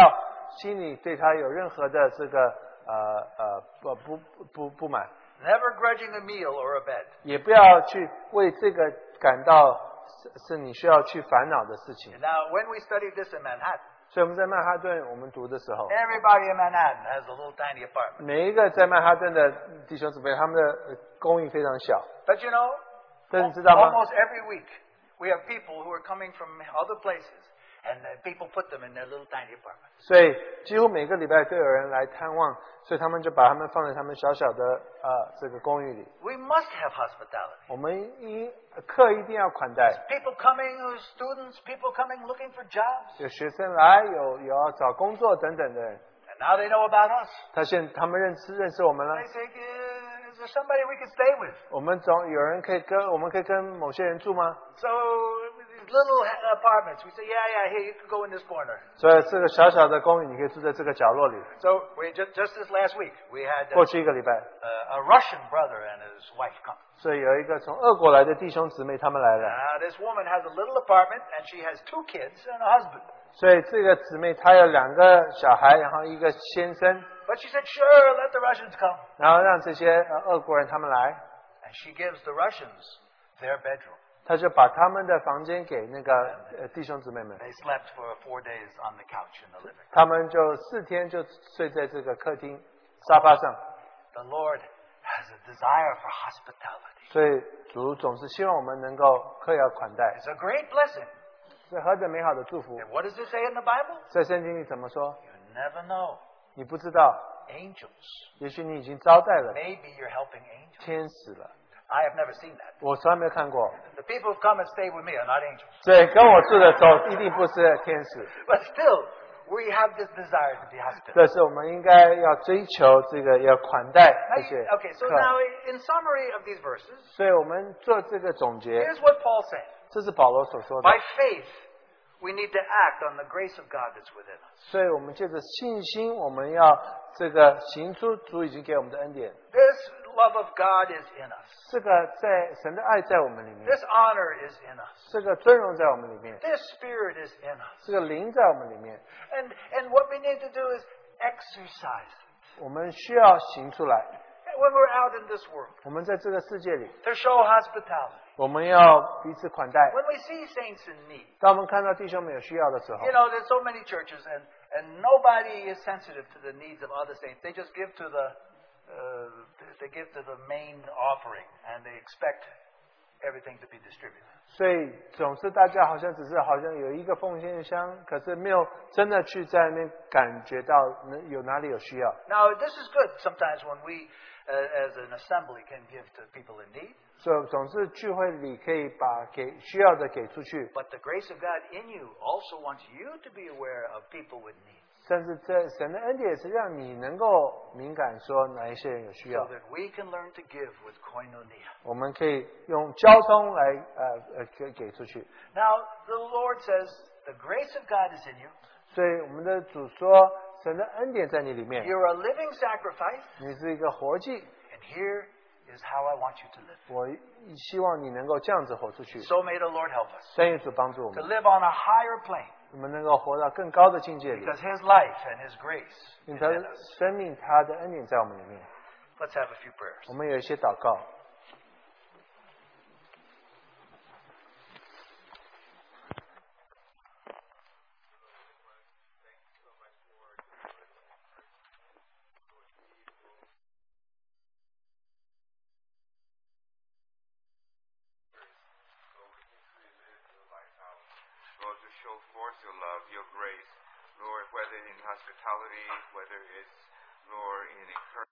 B: 心里对他有任何的这个呃呃不不不不满，
A: Never grudging a meal or a bed.
B: 也不要去为这个感到是是你需要去烦恼的事情
A: And。now, when we studied this in Manhattan,
B: 所以我们在曼哈顿我们读的时候，
A: 哎 Everybody in Manhattan has a little tiny apartment.
B: 每一个在曼哈顿的弟兄姊妹，他们的呃供应非常小，
A: But you know,
B: 但
A: al-
B: 是知道吗？
A: almost every week we have people who are coming from other places, and the people put them in their little tiny apartment.
B: 所以几乎每个礼拜都有人来探望，所以他们就把他们放在他们小小的呃这个公寓里。
A: We must have hospitality.
B: 我们一课一定要款待，
A: People coming, who are students, people coming looking for jobs,
B: 有学生来，有有要找工作等等的人。
A: and now they know about us.
B: 他现他们认识认识我们了
A: They，say, "Uh, "Is there somebody we can stay with?"
B: 我们总有人可以跟我们可以跟某些人住吗？
A: So with these little ha- apartments, we say, "Yeah, yeah, here you can go in this corner."
B: 所以这个小小的公寓，你可以住在这个角落里。
A: So we just, just this last week we had uh,
B: 过去一个礼拜，
A: uh, a Russian brother and his wife come.
B: 所以有一个从俄国来的弟兄姊妹他们来了，
A: Uh, this woman has a little apartment and she has two kids and a husband.
B: 所以这个姊妹她有两个小孩，然后一个先生，
A: But she said, "Sure, let the Russians come."
B: 然后让这些呃俄国人他们来，
A: And she gives the Russians their bedroom.
B: 他就把他们的房间给那个呃弟兄姊妹们，
A: They slept for four days on the couch in the living.
B: 他们就四天就睡在这个客厅沙发上，
A: The Lord has a desire for hospitality.
B: 所以主总是希望我们能够客要款待，
A: It's a great blessing.
B: 是何等美好的祝福！
A: And what does it say in the Bible?
B: 在圣经里怎么说？
A: You never know.
B: 你不知道，
A: Angels.
B: 也许你已经招待了
A: Maybe you're helping angels.
B: 天使了，
A: I have never seen that.
B: 我从来没有看过。
A: The people who've come and stayed with me are not angels.
B: 所以跟我住的时候一定不是天使，
A: But still, we have this desire to be hospitable.
B: 这是我们应该要追求这个要款待
A: Now
B: 这
A: you-
B: 些
A: Okay, so
B: 客
A: 哎 now, in summary of these verses,
B: 所以我们做这个总结，
A: here's what Paul said.
B: 这是保罗所说的
A: By。faith, we need to act on the grace of God that's within us.
B: 所以我们借着信心，我们要这个行出主已经给我们的恩典。
A: This love of God is in us.
B: 这个在神的爱在我们里面，
A: This honor is in us.
B: 这个尊荣在我们里面，
A: This spirit is in us.
B: 这个灵在我们里面，
A: And and what we need to do is exercise.
B: 我们需要行出来。
A: it. When we're out in this world,
B: 我们在这个世界里，
A: to show hospitality.
B: 我们要彼此款待。
A: When we see saints in need,
B: 当我们看到弟兄们有需要的时候
A: you，know, there's so many churches and and nobody is sensitive to the needs of other saints. They just give to the uh, they give to the main offering and they expect everything to be distributed.
B: 所以总是大家好像只是好像有一个奉献箱，可是没有真的去在那边感觉到能有哪里有需要。
A: Now, this is good sometimes when we, uh, as an assembly, can give to people in need,
B: 所以总是聚会里可以把给需要的给出去，
A: but the grace of God in you also wants you to be aware of people with needs
B: 甚至这神的恩典也是让你能够敏感说哪一些人有需
A: so
B: 要，
A: that we can learn to give with koinonia.
B: 我们可以用交通来呃呃给给出去。
A: Now, the Lord says, the grace of God is in you.
B: 所以我们的主说，神的恩典在你里面，
A: You're a living sacrifice,
B: 你是一个活祭，
A: and here is how I want you to live.
B: 我希望你能够这样子活出去。
A: So may the Lord help us
B: 三耶主帮助我
A: to
B: 们，
A: live on a higher plane
B: 我们能够活到更高的境界里，
A: because His life and His grace
B: 因
A: is
B: 为他
A: in us.
B: 生命他的恩典在我们里面。
A: Let's have a few prayers.
B: 我们有一些祷告，
C: Lord, to show forth your love, your grace, Lord, whether in hospitality, whether it's, Lord, in encouragement.